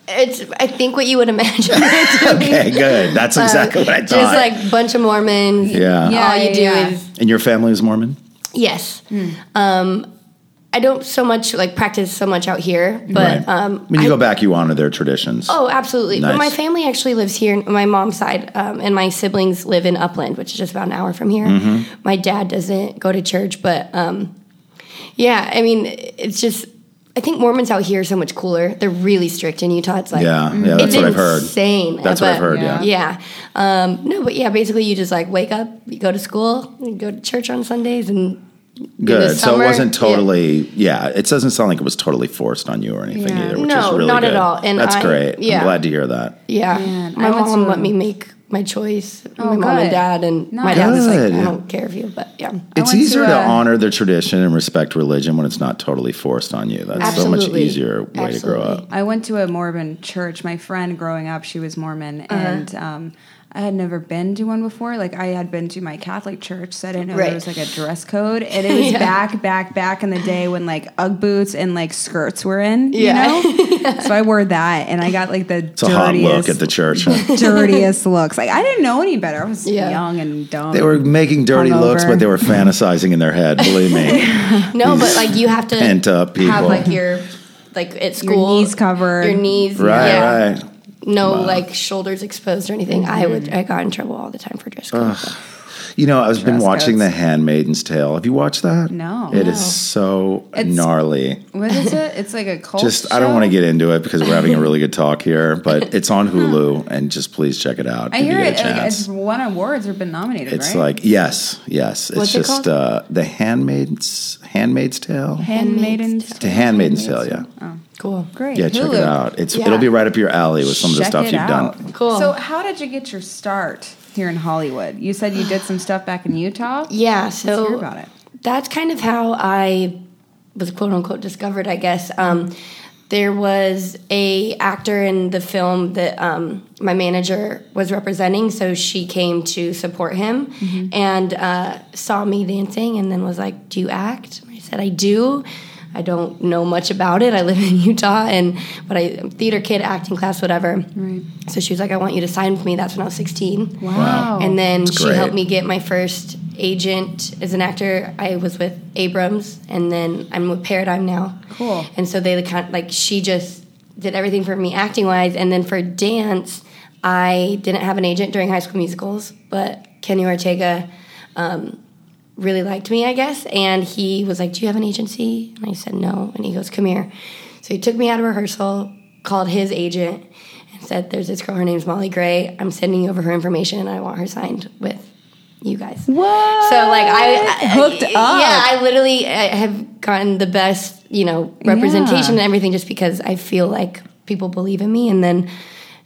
E: It's I think what you would imagine. it to be.
D: Okay, good. That's exactly what I
E: Uh, Just
D: thought.
E: like bunch of Mormons.
D: yeah.
C: Yeah.
E: All you do
C: yeah. Hmm.
E: is
D: And your family is Mormon?
E: yes. Um, I don't so much like practice so much out here, but
D: right.
E: um,
D: when you
E: I-
D: go back, you honor their traditions.
E: oh, absolutely. But my
D: Nice.
E: family actually lives here. My mom's side um, and my siblings live in Upland, which is just about an hour from here.
D: Mm-hmm.
E: My dad doesn't go to church, but um, yeah, I mean, it's just I think Mormons out here are so much cooler. They're really strict in Utah. It's like
D: Yeah, yeah, that's
E: it's
D: what I've heard.
E: Insane.
D: That's what I've
E: but-
D: heard, yeah.
E: Yeah. Um, no, but yeah, basically you just like wake up, you go to school, you go to church on Sundays, and
D: Good. So
E: summer,
D: it wasn't
E: yeah.
D: totally, yeah. it doesn't sound like it was totally forced on you or anything
C: Yeah.
D: either, which
E: No,
D: is really
E: not at
D: good.
E: all. And
D: That's
E: I-
D: great. I'm
E: yeah.
D: glad to hear that.
E: yeah,
C: Man, I
E: my
C: went
E: mom
C: to-
E: let me make my choice. my
C: Oh,
E: mom
C: good.
E: and dad, and my
C: Nice.
E: dad was like,
D: Good.
E: I don't care if you, but yeah,
D: It's
C: went to,
D: easier to,
C: uh,
D: honor the tradition and respect religion when it's not totally forced on you. That's so much
E: Absolutely.
D: easier way to grow
E: Absolutely.
D: up.
C: I went to a Mormon church. My friend growing up, she was Mormon,
E: Uh-huh.
C: and um, I had never been to one before. Like I had been to my Catholic church, so I didn't know
E: Right.
C: there was like a dress code. And it was
E: Yeah.
C: back, back, back in the day when like UGG boots and like skirts were in. You
E: Yeah.
C: know? So I wore that, and I got like the
D: It's a hot look
C: dirtiest,
D: at the church.
C: dirtiest looks. Like I didn't know any better. I was
E: Yeah.
C: young and dumb.
D: they were making dirty
C: Hungover.
D: looks, but they were fantasizing in their head. Believe me.
E: no, but like you have to
D: pent up people.
E: have like your like at
C: Your
E: school
C: knees covered.
E: your knees,
D: Right,
E: yeah.
D: right.
E: no like shoulders exposed or anything. I
C: Mm.
E: would I got in trouble all the time for dress code.
D: You know, I've been
C: Dress
D: watching The
C: codes.
D: Handmaiden's Tale. Have you watched that?
C: No.
D: It is
E: No.
D: so
C: It's-
D: gnarly.
C: what is it? It's like a cult.
D: Just I don't want
C: show?
D: to get into it because we're having a really good talk here, but it's on Hulu and just please check it out.
C: I
D: if
C: hear
D: you
C: it.
D: get a
C: Like,
D: chance.
C: it's won awards or been nominated.
D: It's
C: right?
D: like yes, yes. It's
E: What's it
D: just
E: called?
D: uh, the Handmaid's Handmaid's Tale.
C: Handmaiden's
D: the Handmaid's Tale, yeah,
E: Cool.
C: Great.
D: yeah. Check it
C: Hulu.
D: out. It's
E: Yeah.
D: it'll be right up your alley with some of the
C: Check
D: stuff
C: it
D: you've
C: out.
D: done.
E: Cool.
C: So, how did you get your start here in Hollywood? You said you did some stuff back in Utah.
E: Yeah,
C: Let's
E: so
C: hear about it.
E: that's kind of how I was quote unquote discovered, I guess. Um, there was a actor in the film that um, my manager was representing, so she came to support him
C: Mm-hmm.
E: and uh, saw me dancing, and then was like, "Do you act?" I said, "I do." I don't know much about it. I live in Utah, and but I am theater kid, acting class, whatever.
C: Right.
E: So she was like, "I want you to sign with me." That's when I was sixteen.
C: Wow.
E: And then she
D: great.
E: helped me get my first agent as an actor. I was with Abrams, and then I'm with Paradigm now.
C: Cool.
E: And so they kind like she just did everything for me acting wise, and then for dance, I didn't have an agent during High School Musicals, but Kenny Ortega. Um, really liked me, I guess, and he was like, "Do you have an agency?" And I said, "No." And he goes, "Come here." So he took me out of rehearsal, called his agent, and said, "There's this girl. Her name's Molly Gray. I'm sending you over her information, and I want her signed with you guys."
C: What?
E: So like I, I
C: hooked
E: yeah,
C: up.
E: Yeah, I literally I have gotten the best, you know, representation and everything just because I feel like people believe in me and then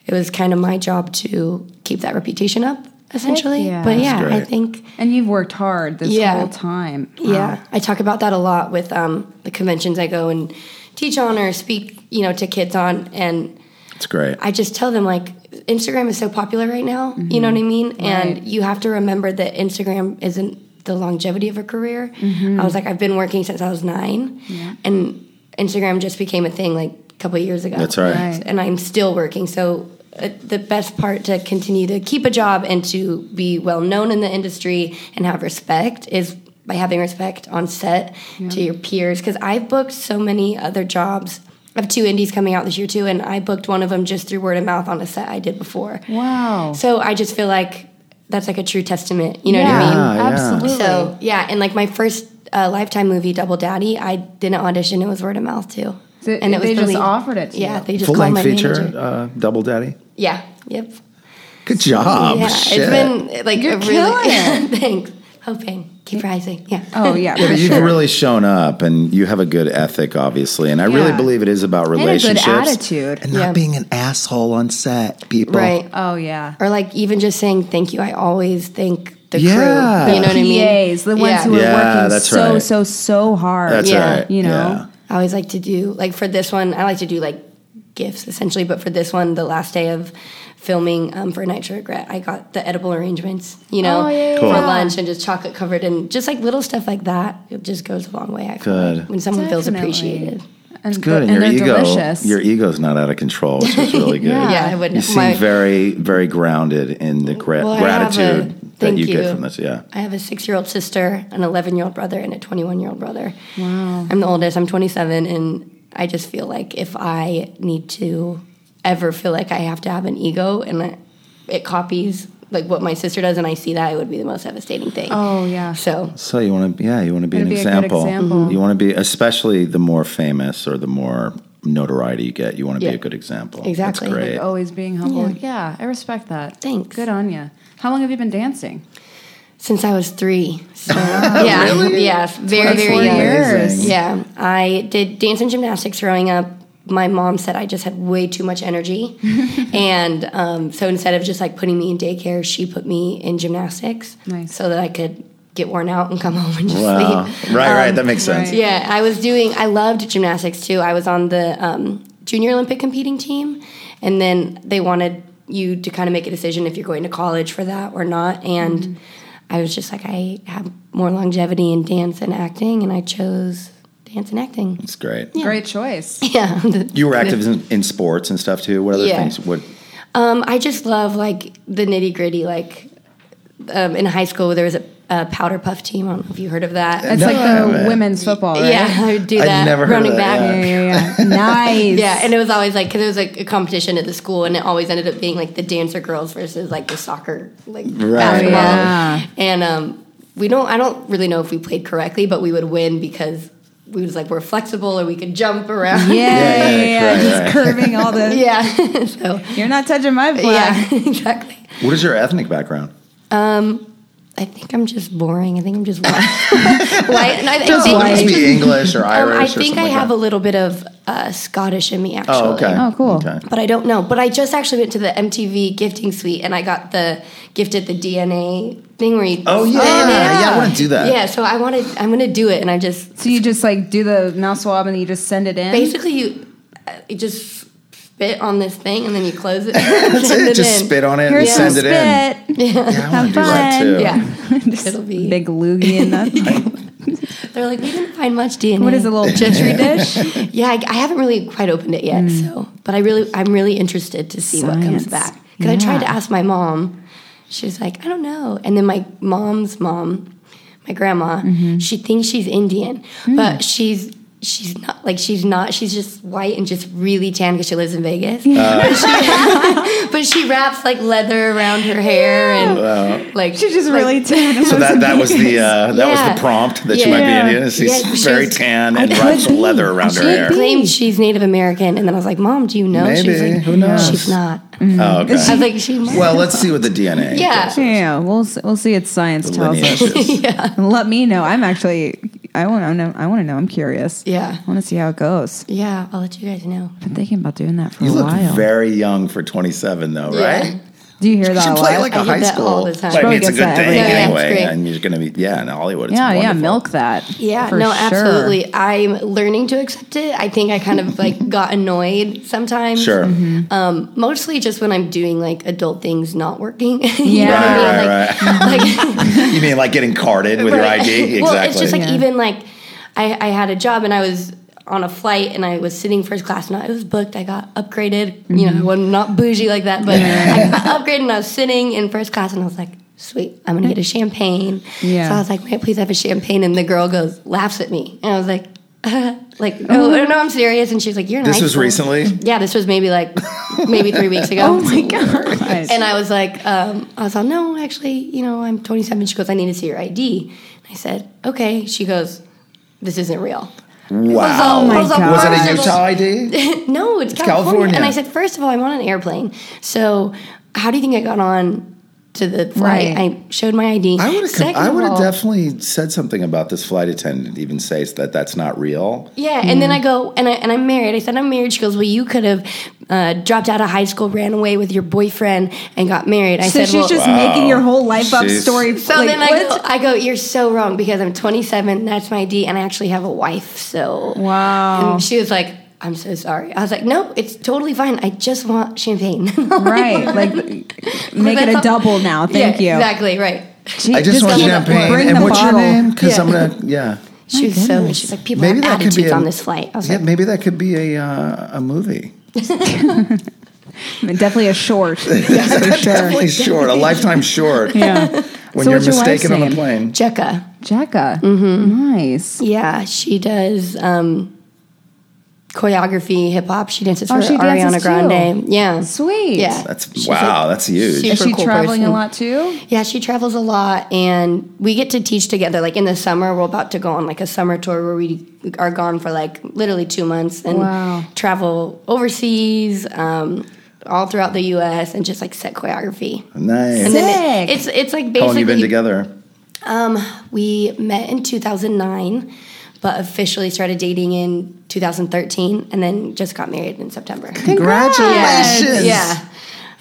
E: it was kind of my job to keep that reputation up essentially.
C: yeah.
E: But
C: That's
E: yeah, I
D: great.
E: think
C: And you've worked hard this
E: Yeah.
C: whole time.
E: yeah, I talk about that a lot with um, the conventions I go and teach on or speak, you know, to kids on and
D: It's great.
E: I just tell them like Instagram is so popular right now. You know what I mean? And you have to remember that Instagram isn't the longevity of a career. I was like, I've been working since I was nine, and Instagram just became a thing like a couple years ago.
D: That's right.
C: Right.
E: And I'm still working. So uh, the best part to continue to keep a job and to be well known in the industry and have respect is by having respect on set to your peers. Because I've booked so many other jobs. I have two indies coming out this year too, and I booked one of them just through word of mouth on a set I did before.
C: Wow.
E: So I just feel like that's like a true testament. You know
C: yeah,
E: what I mean?
D: yeah.
C: absolutely.
E: So yeah, and like my first uh, Lifetime movie, Double Daddy, I didn't audition. It was word of mouth too.
C: So
E: and it was
C: they
E: the
C: just
E: lead.
C: offered it to
E: yeah,
C: you?
E: they just
D: Full
E: called my
D: length feature,
E: manager.
D: uh, Double Daddy.
E: Yeah. Yep.
D: Good job.
E: yeah.
D: Oh, Shit.
E: It's been like
C: You're
E: a
C: killing
E: really thanks. Hoping. Keep rising. Yeah.
C: oh
D: Yeah,
C: yeah. for
D: but you've
C: sure.
D: really shown up, and you have a good ethic, obviously, and I really
C: Yeah.
D: believe it is about
C: a good
D: relationships,
C: attitude.
D: and not
E: Yeah.
D: being an asshole on set, people.
E: Right.
C: Oh yeah.
E: Or like even just saying thank you. I always thank the
D: Yeah.
E: crew. You know what I mean?
C: PAs, the ones
E: Yeah.
C: who are
D: Yeah,
C: working
D: that's
C: so
D: right.
C: so so hard.
D: That's
E: Yeah.
D: right.
C: You know.
D: Yeah.
E: I always like to do like for this one. I like to do like gifts essentially, but for this one, the last day of filming um, for Night to Regret, I got the edible arrangements. You know,
C: Oh, yeah, yeah,
E: for
C: yeah.
E: lunch and just chocolate covered and just like little stuff like that. It just goes a long way. I feel
D: Good.
E: like, when someone feels
C: Definitely.
E: appreciated.
C: And it's
D: Good, and,
C: and
D: your
C: they're
D: ego,
C: delicious.
D: your ego's not out of control, which is really good.
E: Yeah, I would.
D: You seem
E: my-
D: very, very grounded in the gra-
E: Well, I have
D: gratitude
E: a-
D: that
E: thank
D: you, get
E: you.
D: from this. Yeah,
E: I have a six-year-old sister, an eleven-year-old brother, and a twenty-one-year-old brother. Wow! I'm the oldest. I'm twenty-seven, and I just feel like if I need to ever feel like I have to have an ego, and I, it copies like what my sister does and I see that, it would be the most devastating thing.
C: Oh, yeah.
E: So
D: So you want to, yeah, you want to be an
C: Gotta be a good
D: example. Mm-hmm.
C: example.
D: You want to be, especially the more famous or the more notoriety you get, you want to
E: Yeah.
D: be a good example.
E: Exactly.
D: That's
E: Like,
D: great.
C: Like always being humble. Yeah. I respect that.
E: Thanks.
C: Good on you. How long have you been dancing?
E: since I was three. So yeah, yeah, very very young.
C: years.
E: Yeah, I did dance and gymnastics growing up. My mom said I just had way too much energy, and um, so instead of just like putting me in daycare, she put me in gymnastics,
C: Nice.
E: so that I could get worn out and come home and just
D: Wow.
E: sleep. Um,
D: Right, right. That makes sense.
C: Um, right.
E: Yeah, I was doing. I loved gymnastics too. I was on the um, junior Olympic competing team, and then they wanted you to kind of make a decision if you're going to college for that or not. And
D: Mm-hmm.
E: I was just like, I have more longevity in dance and acting, and I chose dance and acting.
D: It's great.
C: Great choice.
E: Yeah.
D: You were active in, in sports and stuff too. What other
E: Yeah.
D: things? What
E: Um, I just love like the nitty gritty. Like um, in high school, there was a, a powder puff team. I don't know if you heard of that.
C: It's like
D: No,
C: the
D: man.
C: women's football, right?
E: yeah, I would do
D: I'd
E: that.
D: never heard of
E: running
D: that,
E: back.
D: yeah.
C: Yeah, yeah, yeah. nice.
E: Yeah, and it was always like because it was like a competition at the school, and it always ended up being like the dancer girls versus like the soccer like basketball.
C: Oh, Yeah.
E: And um, we don't, I don't really know if we played correctly, but we would win because we was like we're flexible or we could jump around.
C: yeah,
D: yeah,
C: yeah, yeah.
D: right,
C: Just
D: right.
C: curving all the.
E: yeah. so
C: You're not touching my flag.
E: yeah, exactly.
D: What is your ethnic background?
E: I think I'm just boring. I think I'm just white. white. And I, I
D: It
E: think,
D: would just be English or
E: um, I
D: Irish. or
E: think
D: something
E: I have a
D: like
E: little bit of uh, Scottish in me actually.
D: that. Oh, okay.
C: Oh, cool.
D: Okay.
E: but I don't know. But I just actually went to the MTV gifting suite and I got the gifted the DNA thing where you
D: Oh yeah,
E: spin
D: yeah.
E: it.
D: I want to do that.
E: Yeah, so I wanted I'm gonna do it and I just
C: So you just like do the mouth swab and you just send it in.
E: basically you, uh, you just spit on this thing and then you close it. That's
D: That's it. Just spit on it
C: Here's
D: and
C: some
D: send it in.
C: spit.
D: Yeah, I want to do that
C: fun.
D: too.
E: Yeah,
C: Just
E: It'll be-
C: big loogie and that.
E: they're like we didn't find much DNA.
C: what is a little chitri dish? Mm.
E: Yeah, I, I haven't really quite opened it yet. So, but I really I'm really interested to see what
C: Science.
E: comes back because I tried to
C: Yeah.
E: ask my mom. She was like, I don't know. And then my mom's mom, my grandma,
C: Mm-hmm.
E: she thinks she's Indian,
C: Hmm.
E: but she's she's not like she's not. She's just white and just really tan because she lives in Vegas. but she wraps like leather around her hair and like
C: She's just really tan.
D: So that that was the uh, that was
E: Yeah.
D: the prompt that she
E: Yeah.
D: might be Indian. She's
E: Yeah, she
D: very
E: was-
D: tan and
E: I
D: wraps
C: could be.
D: leather around her
E: She
D: hair.
E: claimed she's Native American, and then I was like, "Mom, do you know?" She was
D: Maybe.
E: like,
D: Who knows?
E: She's not.
D: Oh,
E: I
D: okay.
E: was like, "She might."
D: Well, let's see what the DNA.
E: Yeah.
C: Yeah, we'll s- we'll see. It's science tells us.
D: Lineages.
C: Let me know. I'm actually. I want to know. I want to know. I'm curious.
E: Yeah.
C: I want to see how it goes.
E: Yeah, I'll let you guys know.
C: I've been thinking about doing that for
D: You
C: a
D: look
C: while.
D: very young for 27, though,
E: Yeah.
D: right?
C: Do you hear
D: You
C: that a
D: should play
C: lot?
D: like a
E: I get
D: high
E: that
D: school.
E: all the time.
D: But I mean,
C: She
D: it's a
C: probably
D: good
C: gets
D: thing
C: that every
E: day. Yeah, it's
D: anyway.
E: great.
D: and you're gonna be yeah in Hollywood. It's
C: yeah, yeah,
D: wonderful.
C: milk that.
E: Yeah,
C: for
E: no,
C: sure.
E: absolutely. I'm learning to accept it. I think I kind of like got annoyed sometimes.
D: Sure.
E: Um, mostly just when I'm doing like adult things not working. you know
C: Yeah.
E: what
D: Right,
E: I mean?
D: right, right.
E: Like, like
D: You mean like getting carded with your
E: Right.
D: ID? Exactly.
E: well, it's just like
C: Yeah.
E: even like I, I had a job and I was on a flight and I was sitting first class and I, it was booked. I got upgraded.
C: Mm-hmm.
E: You know, I was not bougie like that, but I got upgraded and I was sitting in first class and I was like, sweet, I'm gonna get a champagne.
C: Yeah.
E: So I was like, may I please have a champagne? And the girl goes, laughs at me, and I was like. like no,
C: Oh.
E: no, no, I'm serious. And she's like, "You're." in
D: This
E: high
D: was
E: school."
D: recently?
E: Yeah, this was maybe like, maybe three weeks ago.
C: Oh my god.
E: And I was like, um, I was like, no, actually, you know, I'm 27. She goes, I need to see your ID. And I said, okay. She goes, this isn't real.
D: wow.
E: Oh
C: my
E: was, like,
C: God.
D: Was it
E: first
D: a
E: of
D: Utah ID?
E: all- No, it's, California.
D: California.
E: And I said, first of all, I'm on an airplane. So how do you think I got on to the flight?
C: Right.
E: I showed my ID.
D: I would have.
E: Second
D: I
E: of
D: would have
E: all-
D: definitely said something about this flight attendant. Even says that that's not real.
E: Yeah, and
D: Mm.
E: then I go and I and I'm married. I said I'm married. She goes, well, you could have uh, dropped out of high school, ran away with your boyfriend, and got married. I
C: so
E: said,
C: she's
E: well,
C: just
D: Wow.
C: making your whole life up
D: She's-
C: story.
E: So
C: like,
E: then I
C: what?
E: go, I go, you're so wrong because I'm 27, that's my D, and I actually have a wife. So
C: Wow.
E: And she was like, I'm so sorry. I was like, no, it's totally fine. I just want champagne.
C: right, like make it a
E: That's all-
C: double now. Thank
E: yeah,
C: you.
E: Exactly right.
C: Gee,
D: I just, want
C: bring the-
D: champagne.
C: Bring
D: and
C: the
D: what's
C: bottle.
D: your name? Because
E: Yeah.
D: I'm gonna. Yeah.
E: She was so.
C: goodness.
E: She's like, people have attitudes on this flight. I was
D: yeah,
E: like,
D: maybe that could be a uh, a movie.
C: Definitely a short. Yes, for sure.
D: Definitely short, a lifetime short.
C: Yeah.
D: When
C: So
D: you're
C: what's your wife's
D: mistaken on the
C: name?
D: plane.
E: Jekka.
C: Jacka. Mm-hmm. Nice.
E: Yeah, she does um, choreography, hip hop. She dances
C: Oh,
E: for
C: she dances
E: Ariana Grande.
C: too.
E: Yeah.
C: Sweet.
E: Yeah.
D: That's
E: She's
D: wow. that's huge.
E: she-
C: Is she
E: Super cool
C: traveling a
E: person.
C: lot too?
E: Yeah, she travels a lot, and we get to teach together. Like in the summer, we're about to go on like a summer tour where we are gone for like literally two months and
C: Wow.
E: travel overseas, um, all throughout the U.S. and just like set choreography.
D: nice.
E: And then
C: Sick.
E: it- it's it's like
D: How long have
E: basically
D: you been together?
E: we met in 2009, but officially started dating in 2013, and then just got married in September.
D: Congratulations.
E: Yeah,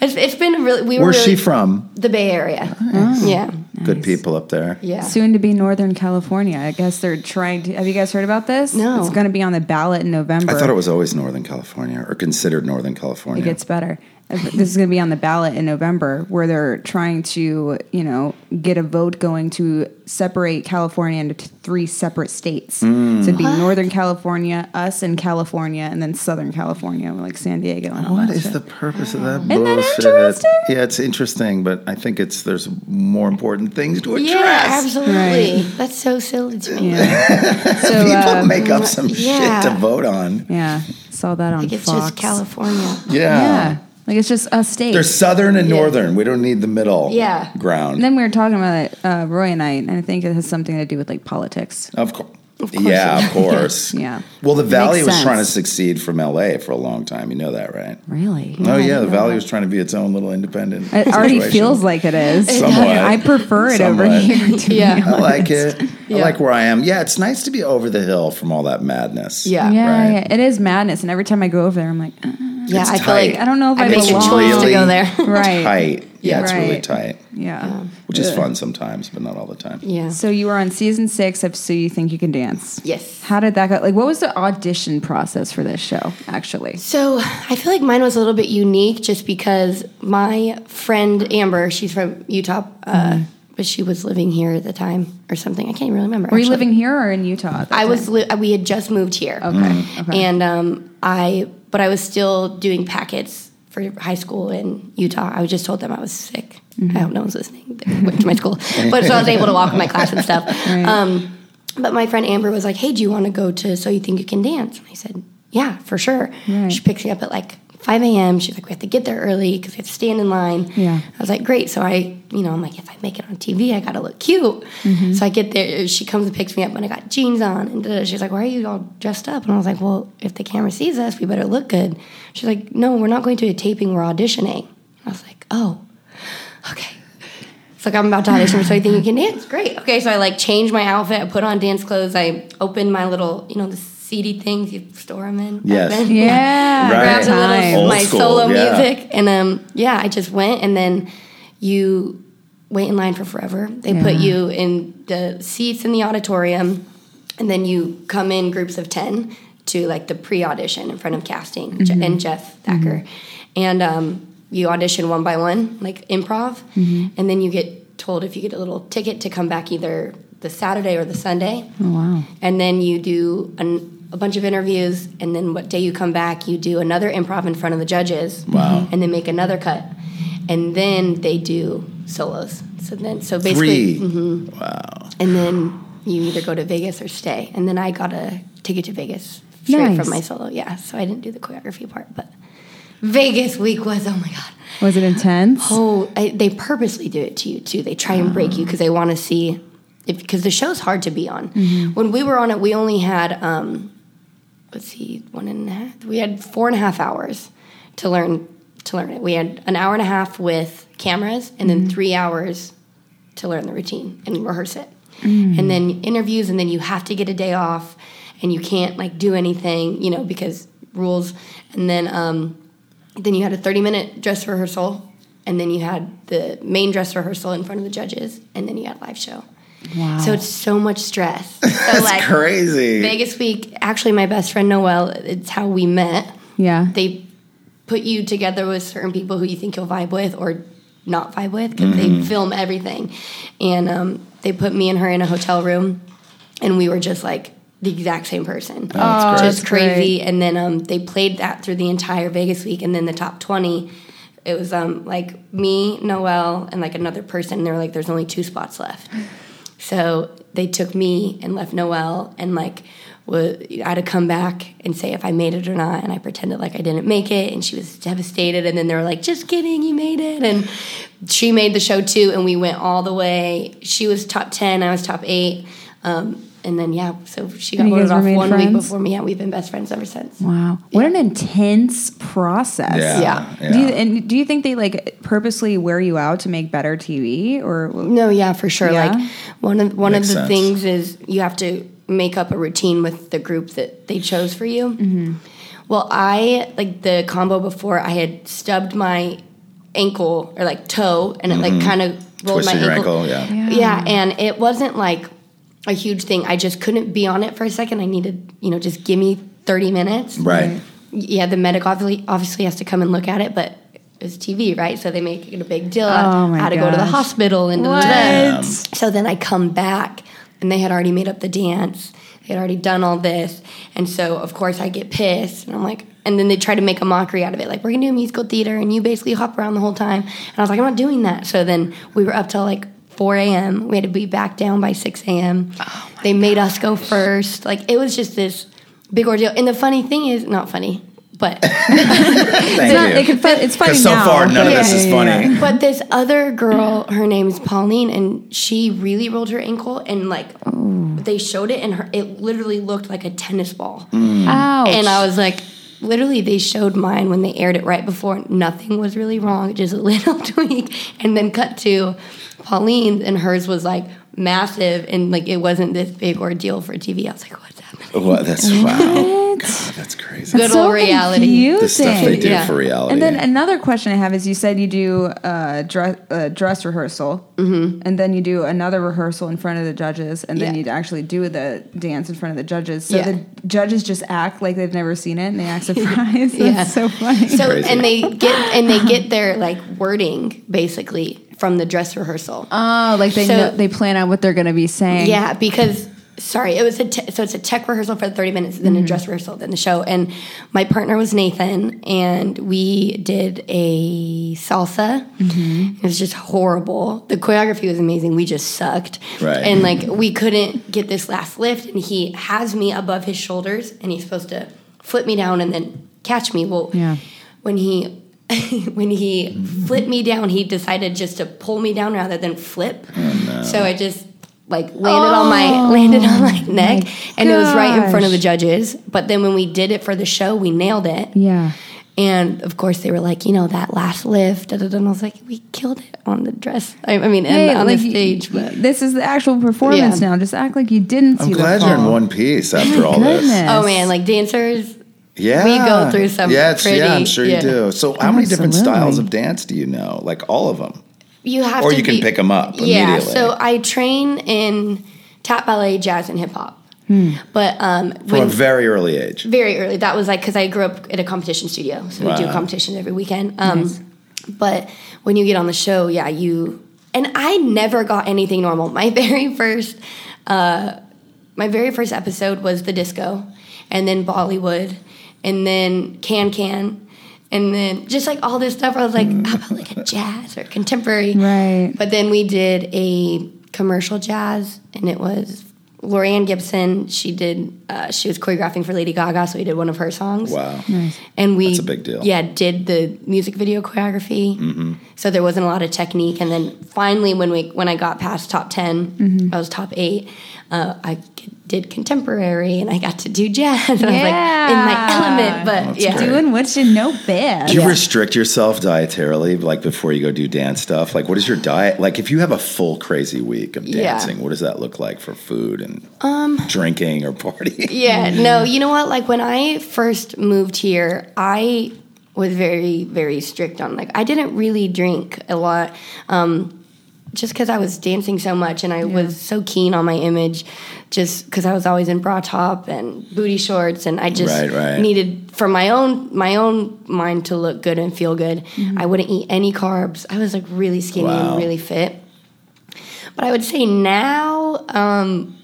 E: it's, it's been really. We were
D: Where's
E: really,
D: she from?
E: The Bay Area.
C: Oh.
E: Yeah.
D: Good people up there.
E: Yeah.
C: Soon to be Northern California. I guess they're trying to. Have you guys heard about this?
E: No.
C: It's going to be on the ballot in November.
D: I thought it was always Northern California or considered Northern California.
C: It gets better. This is going to be on the ballot in November, where they're trying to, you know, get a vote going to separate California into t- three separate states.
D: Mm.
C: So it'd be Northern California, us and California, and then Southern California, like San Diego. And all
D: What
C: that
D: is
C: shit.
D: the purpose of that
C: that
D: bullshit?
C: interesting?
D: Yeah, it's interesting, but I think it's there's more important things to address.
E: Yeah, absolutely. That's so silly to me.
C: Yeah. so
D: People
C: uh,
D: make up some
E: yeah.
D: shit to vote on.
C: yeah, saw that on
E: It's
C: Fox.
E: just California.
D: Yeah.
C: Yeah, like it's just us states.
D: There's southern and northern. We don't need the middle
E: Yeah.
D: ground.
C: and then we were talking about it, uh, Roy and I, and I think it has something to do with like politics.
D: Of course. yeah, of course.
C: Yeah.
D: Well, the Valley
C: Makes
D: was trying to
C: sense.
D: succeed from LA for a long time. You know that, right?
C: Really?
D: oh, yeah. The Valley was trying to be its own little independent.
C: It already
D: situation.
C: feels like it is.
D: Somewhat.
C: I prefer it over
D: Somewhat.
C: here. To
E: Yeah.
C: be
D: I like
C: honest.
D: it. I like where I am. Yeah, it's nice to be over the hill from all that madness.
E: Yeah.
C: Yeah,
D: Right.
C: yeah, it is madness. And every time I go over there, I'm like, uh,
E: Yeah,
D: It's
E: I feel
D: tight.
E: like
C: I don't know if I,
E: I make a
C: belong.
E: choice to go there.
C: Right.
D: Tight. Yeah, it's really
C: Right.
D: tight,
C: Yeah.
D: which is fun sometimes, but not all the time.
E: Yeah.
C: So you were on season six of So You Think You Can Dance.
E: Yes.
C: How did that go? Like, what was the audition process for this show? Actually,
E: So I feel like mine was a little bit unique just because my friend Amber, she's from Utah, uh,
C: Mm-hmm.
E: but she was living here at the time or something. I can't even remember.
C: were you
E: actually.
C: living here or in Utah? at that
E: I
C: time?
E: was. Li- we had just moved here.
C: Okay, okay.
E: And um, I, but I was still doing packets for high school in Utah. I was just told them I was sick.
C: Mm-hmm.
E: I hope no one's listening. They went to my school, but so I was able to walk in my class and stuff. Um, but my friend Amber was like, "Hey, do you want to go to So You Think You Can Dance?" And I said, "Yeah, for sure." She picks me up at like 5 a.m. She's like, "We have to get there early because we have to stand in line."
C: Yeah.
E: I was like, "Great!" So I, you know, I'm like, "If I make it on TV, I gotta look cute." So I get there. She comes and picks me up, and I got jeans on. And da-da. she's like, "Why are you all dressed up?" And I was like, "Well, if the camera sees us, we better look good." She's like, "No, we're not going to a taping. We're auditioning." I was like, "Oh, okay." It's like I'm about to audition for something you can dance. Great. Okay, so I like changed my outfit. I put on dance clothes. I opened my little, you know, the CD things you store them in.
D: Yes.
E: Back then.
C: yeah.
D: Right.
E: Grabbed a
C: Time.
E: little
D: Old
E: my
D: school,
E: solo
D: yeah.
E: music, and um, yeah, I just went, and then you wait in line for forever. They put
C: Yeah.
E: you in the seats in the auditorium, and then you come in groups of ten to like the pre audition in front of casting Je-
C: Mm-hmm.
E: and Jeff Thacker, and um, you audition one by one, like improv,
C: Mm-hmm.
E: and then you get told if you get a little ticket to come back either the Saturday or the Sunday
C: Oh, wow.
E: and then you do an, a bunch of interviews and then what day you come back you do another improv in front of the judges
D: Wow.
E: and then make another cut and then they do solos so then so basically mm-hmm.
D: 3
C: mm-hmm.
D: Wow.
E: and then you either go to vegas or stay and then i got a ticket to vegas straight
C: Nice.
E: from my solo yeah so i didn't do the choreography part but vegas week was oh my god
C: Was it intense?
E: Oh, I, they purposely do it to you too. They try and break you because they want to see, because the show's hard to be on. When we were on it, we only had, um, let's see, one and a half. We had four and a half hours to learn to learn it. We had an hour and a half with cameras, and then three hours to learn the routine and rehearse it, and then interviews, and then you have to get a day off, and you can't like do anything, you know, because rules, and then. Um, then you had a 30 minute dress rehearsal and then you had the main dress rehearsal in front of the judges and then you had a live show
C: wow.
E: so it's so much stress so like
D: Crazy.
E: vegas week actually my best friend noelle it's how we met
C: yeah.
E: they put you together with certain people who you think you'll vibe with or not vibe with because
D: Mm-hmm.
E: they film everything and um, they put me and her in a hotel room and we were just like the exact same person
D: Oh, that's great.
E: just crazy and then um, they played that through the entire vegas week and then the top 20 it was um, like me noel and like another person and they were like there's only two spots left so they took me and left Noel and like wa- I had to come back and say if I made it or not, and I pretended like I didn't make it, and she was devastated. And then they were like, "Just kidding, you made it." And she made the show too, and we went all the way. She was top ten, I was top eight, um, and then yeah, so she got
C: And you guys
E: voted off
C: remained
E: one week
C: friends?
E: before me. Yeah, we've been best friends ever since.
C: Wow, what an intense process.
D: Yeah.
E: Yeah.
D: yeah.
C: Do you, and do you think they like purposely wear you out to make better TV or
E: No, yeah, for sure.
C: Yeah?
E: Like one of one
D: Makes
E: of the
D: sense.
E: things is you have to make up a routine with the group that they chose for you.
C: Mm-hmm.
E: Well, I like the combo before I had stubbed my ankle or like toe, and it like kind of rolled
D: Mm-hmm. Twisted
E: my
D: your ankle, yeah.
C: Yeah.
E: yeah, and it wasn't like a huge thing. I just couldn't be on it for a second. I needed, you know, just give me thirty minutes
D: Right.
E: yeah, the medic obviously, obviously has to come and look at it, but it's TV, right? So they make it a big deal.
C: Oh, my
E: I had to go to the
C: gosh.
E: hospital and
C: What?
E: da-da-da. Um, so then I come back and they had already made up the dance. They had already done all this, and so of course I get pissed and I'm like, and then they try to make a mockery out of it, like we're gonna do musical theater and you basically hop around the whole time. And I was like, I'm not doing that. So then we were up till like. 4 a.m. We had to be back down by 6 a.m. they made us go first. Like it was just this big ordeal. And the funny thing is, not funny, but
D: Thank
C: It's not-
D: you.
C: it can fight, it's fighting
D: Because so
C: now.
D: far, none
E: Yeah,
D: of this is
E: yeah,
D: funny.
E: but this other girl, her name is Pauline, and she really rolled her ankle, and like they showed it, and her it literally looked like a tennis ball.
C: Ouch.
E: And I was like, literally, they showed mine when they aired it right before. Nothing was really wrong, just a little tweak, and then cut to Pauline's, and hers was like massive, and like it wasn't this big ordeal for TV. I was like, what's happening?
D: Well, that's wow.
C: What?
D: That's crazy.
E: Good old reality.
D: The stuff they do
E: Yeah.
D: for reality.
C: And then another question I have is you said you do uh, dress, uh, dress rehearsal, mm-hmm. and then you do another rehearsal in front of the judges, and then
E: Yeah.
C: you actually do the dance in front of the judges. So
E: Yeah.
C: the judges just act like they've never seen it, and they act surprised. That's
E: Yeah.
C: so funny.
E: So
D: Crazy.
E: and they get and they get their like wording basically from the dress rehearsal.
C: oh, like they
E: So-
C: know, they plan out what they're going to be saying.
E: Yeah, because sorry, it was a te- so it's a tech rehearsal for thirty minutes, then a dress rehearsal, then the show. And my partner was Nathan, and we did a salsa. It was just horrible. The choreography was amazing. We just sucked,
D: Right.
E: And like we couldn't get this last lift, and he has me above his shoulders, and he's supposed to flip me down and then catch me. Well,
C: Yeah.
E: when he. when he flipped me down, he decided just to pull me down rather than flip. So I just like landed on
C: Oh
E: my landed on my neck, and it was right in front of the judges. But then when we did it for the show, we nailed it.
C: Yeah.
E: And of course, they were like, you know, that last lift. Da, da, da, and I was like, we killed it on the dress. I, I mean, and
C: Hey,
E: on
C: like,
E: the stage. But
C: This is the actual performance
E: Yeah.
C: now. Just act like you didn't see
D: I'm
C: the
D: glad you're in
C: fall.
D: one piece after all this.
C: Goodness.
E: oh man, like dancers.
D: Yeah,
E: We go through some
D: Yeah, it's- yeah, I'm
E: pretty-
D: sure
E: yeah.
D: you do. So, how many different
C: Absolutely.
D: styles of dance do you know? Like all of them?
E: You have,
D: Or
E: to
D: you can
E: be-
D: pick 'em up
E: Yeah.
D: immediately.
E: So I train in tap ballet, jazz, and hip hop. But
D: From
E: um,
D: Hmm. a
E: when-
D: very early age.
E: very early. That was like because I grew up at a competition studio, so we do
D: Wow.
E: competitions every weekend. Um, But when you get on the show, yeah, you and I never got anything normal. My very first, uh, my very first episode was the disco, and then Bollywood, and then Can Can. And then just like all this stuff, I was like, how about like a jazz or contemporary?
C: Right.
E: But then we did a commercial jazz, and it was Lorianne Gibson. She did. Uh, she was choreographing for Lady Gaga, so we did one of her songs.
D: Wow.
E: And we
D: That's a big deal. Mm-hmm.
E: Yeah, did the music video choreography. So there wasn't a lot of technique. And then finally, when we when I got past top 10 I was top eight. Uh, I c- did contemporary, and I got to do jazz. And I was like in my element, but
D: That's
E: yeah.
D: great.
C: Doing what you know best.
D: Do you restrict yourself dietarily, like before you go do dance stuff? Like, what is your diet? Like, if you have a full crazy week of
E: Yeah. Um,
D: dancing, what does that look like for food and drinking or partying?
E: Yeah, no, you know what? Like when I first moved here, I was very, very strict on like I didn't really drink a lot, um, just because I was dancing so much and I was so keen on my image, just because I was always in bra top and booty shorts, and I just
D: Right, right.
E: needed for my own my own mind to look good and feel good. I wouldn't eat any carbs. I was like really skinny
D: Wow.
E: and really fit. But I would say now, um,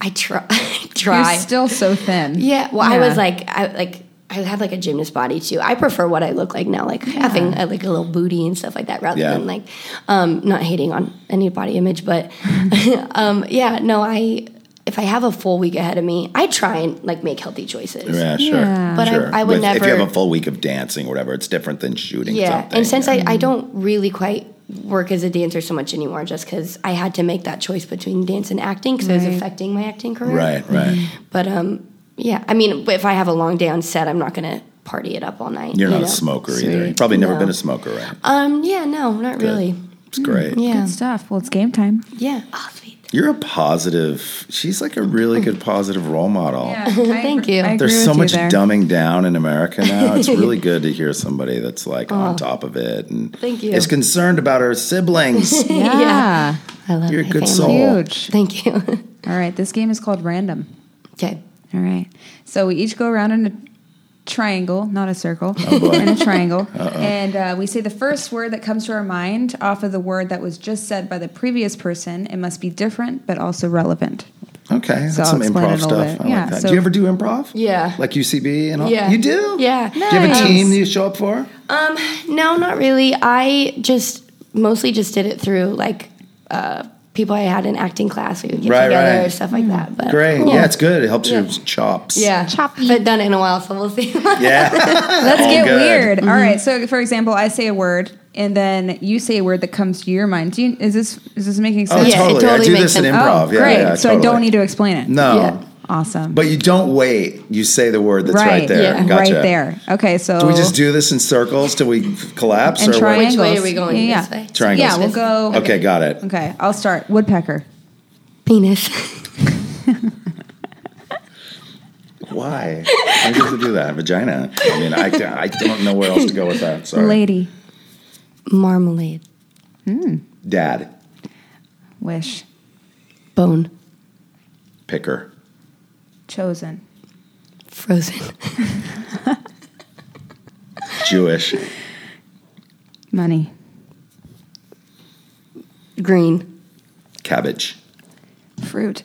E: I try. I try.
C: You're still so thin.
E: Yeah. Well, I was like, I like I had like a gymnast body too. I prefer what I look like now, like having a, like a little booty and stuff like that, rather
D: Yeah.
E: than like um, not hating on any body image. But um, yeah, no, I if I have a full week ahead of me, I try and like make healthy choices.
D: Yeah, sure.
C: Yeah.
E: But I-
D: sure.
E: I would
D: With- If you
E: never-
D: have a full week of dancing or whatever, it's different than shooting
E: Yeah,
D: something.
E: and since I, I don't really quite work as a dancer so much anymore, just because I had to make that choice between dance and acting because it
C: Right.
E: was affecting my acting career.
D: Right, right.
E: But um, yeah, I mean, if I have a long day on set, I'm not gonna party it up all night.
D: You're
E: you
D: not
E: know?
D: a smoker either. You've probably never been a smoker, right?
E: Um, yeah, no, not really.
D: It's great.
E: Mm. Yeah,
C: Good stuff. Well, it's game time.
E: yeah. Oh, sweet.
D: You're a positive. She's like a
E: Oh.
D: really good positive role model.
E: Thank you.
C: I agree
D: There's
C: with
D: so
C: you
D: much
C: there.
D: dumbing down in America now. It's really good to hear somebody that's like
C: Oh.
D: on top of it and
E: Thank you.
D: is concerned about her siblings.
C: Yeah.
E: Yeah. I love
D: You're a
E: my
D: good
E: family.
D: soul.
C: Huge.
E: Thank you.
C: All right. This game is called Random.
E: okay.
C: All right. So we each go around in a triangle, not a circle,
D: Oh,
C: in a triangle. And uh, we say the first word that comes to our mind off of the word that was just said by the previous person. It must be different, but also relevant.
D: Okay,
C: So I'll
D: that's some
C: explain
D: improv
C: it a little
D: stuff.
C: bit.
D: I
C: Yeah,
D: like that.
C: so-
D: do you ever do improv?
E: Yeah.
D: like UCB and all.
E: Yeah.
D: you do.
E: Yeah.
D: do you have a
E: Nice.
D: team that you show up for?
E: Um, no, not really. I just mostly just did it through like uh, people I had in acting class. We would get
D: Right,
E: together
D: right.
E: or stuff
C: Hmm.
E: like that. But
D: Great.
E: Cool.
D: Yeah, it's good. It helps your
E: Yeah.
D: chops.
E: Yeah, choppy. But done it in a while, so we'll see.
D: yeah.
C: Let's
D: All
C: get
D: Oh, good.
C: weird. All right.
E: Mm-hmm.
C: So, for example, I say a word, and then you say a word that comes to your mind. Do you, is this is this making
D: Oh,
C: sense?
E: Yeah, it
D: totally. I
E: totally
D: do
E: makes
D: this in
E: sense.
D: improv.
C: Oh,
D: yeah,
C: great.
D: yeah,
C: so I
D: totally.
C: don't need to explain it.
D: No,
E: Yeah.
C: Awesome.
D: but you don't wait. You say the word that's right, there.
E: yeah,
D: Gotcha.
C: Right there. Okay. So
D: Do we just do this in circles till we collapse?
C: and
D: or
C: triangles.
E: Which way are we going?
C: Yeah.
E: This way?
D: Triangles.
C: Yeah, we'll go.
D: What? Okay, got it.
C: Okay, I'll start. Woodpecker.
E: Penis.
D: Why? Why does it do that? Vagina. I mean, I, I don't know where else to go with that. Sorry.
C: Lady.
E: Marmalade.
D: Dad.
C: Wish.
E: Bone.
D: Picker.
C: Chosen.
E: Frozen.
D: Jewish.
C: Money.
E: Green.
D: Cabbage.
C: Fruit.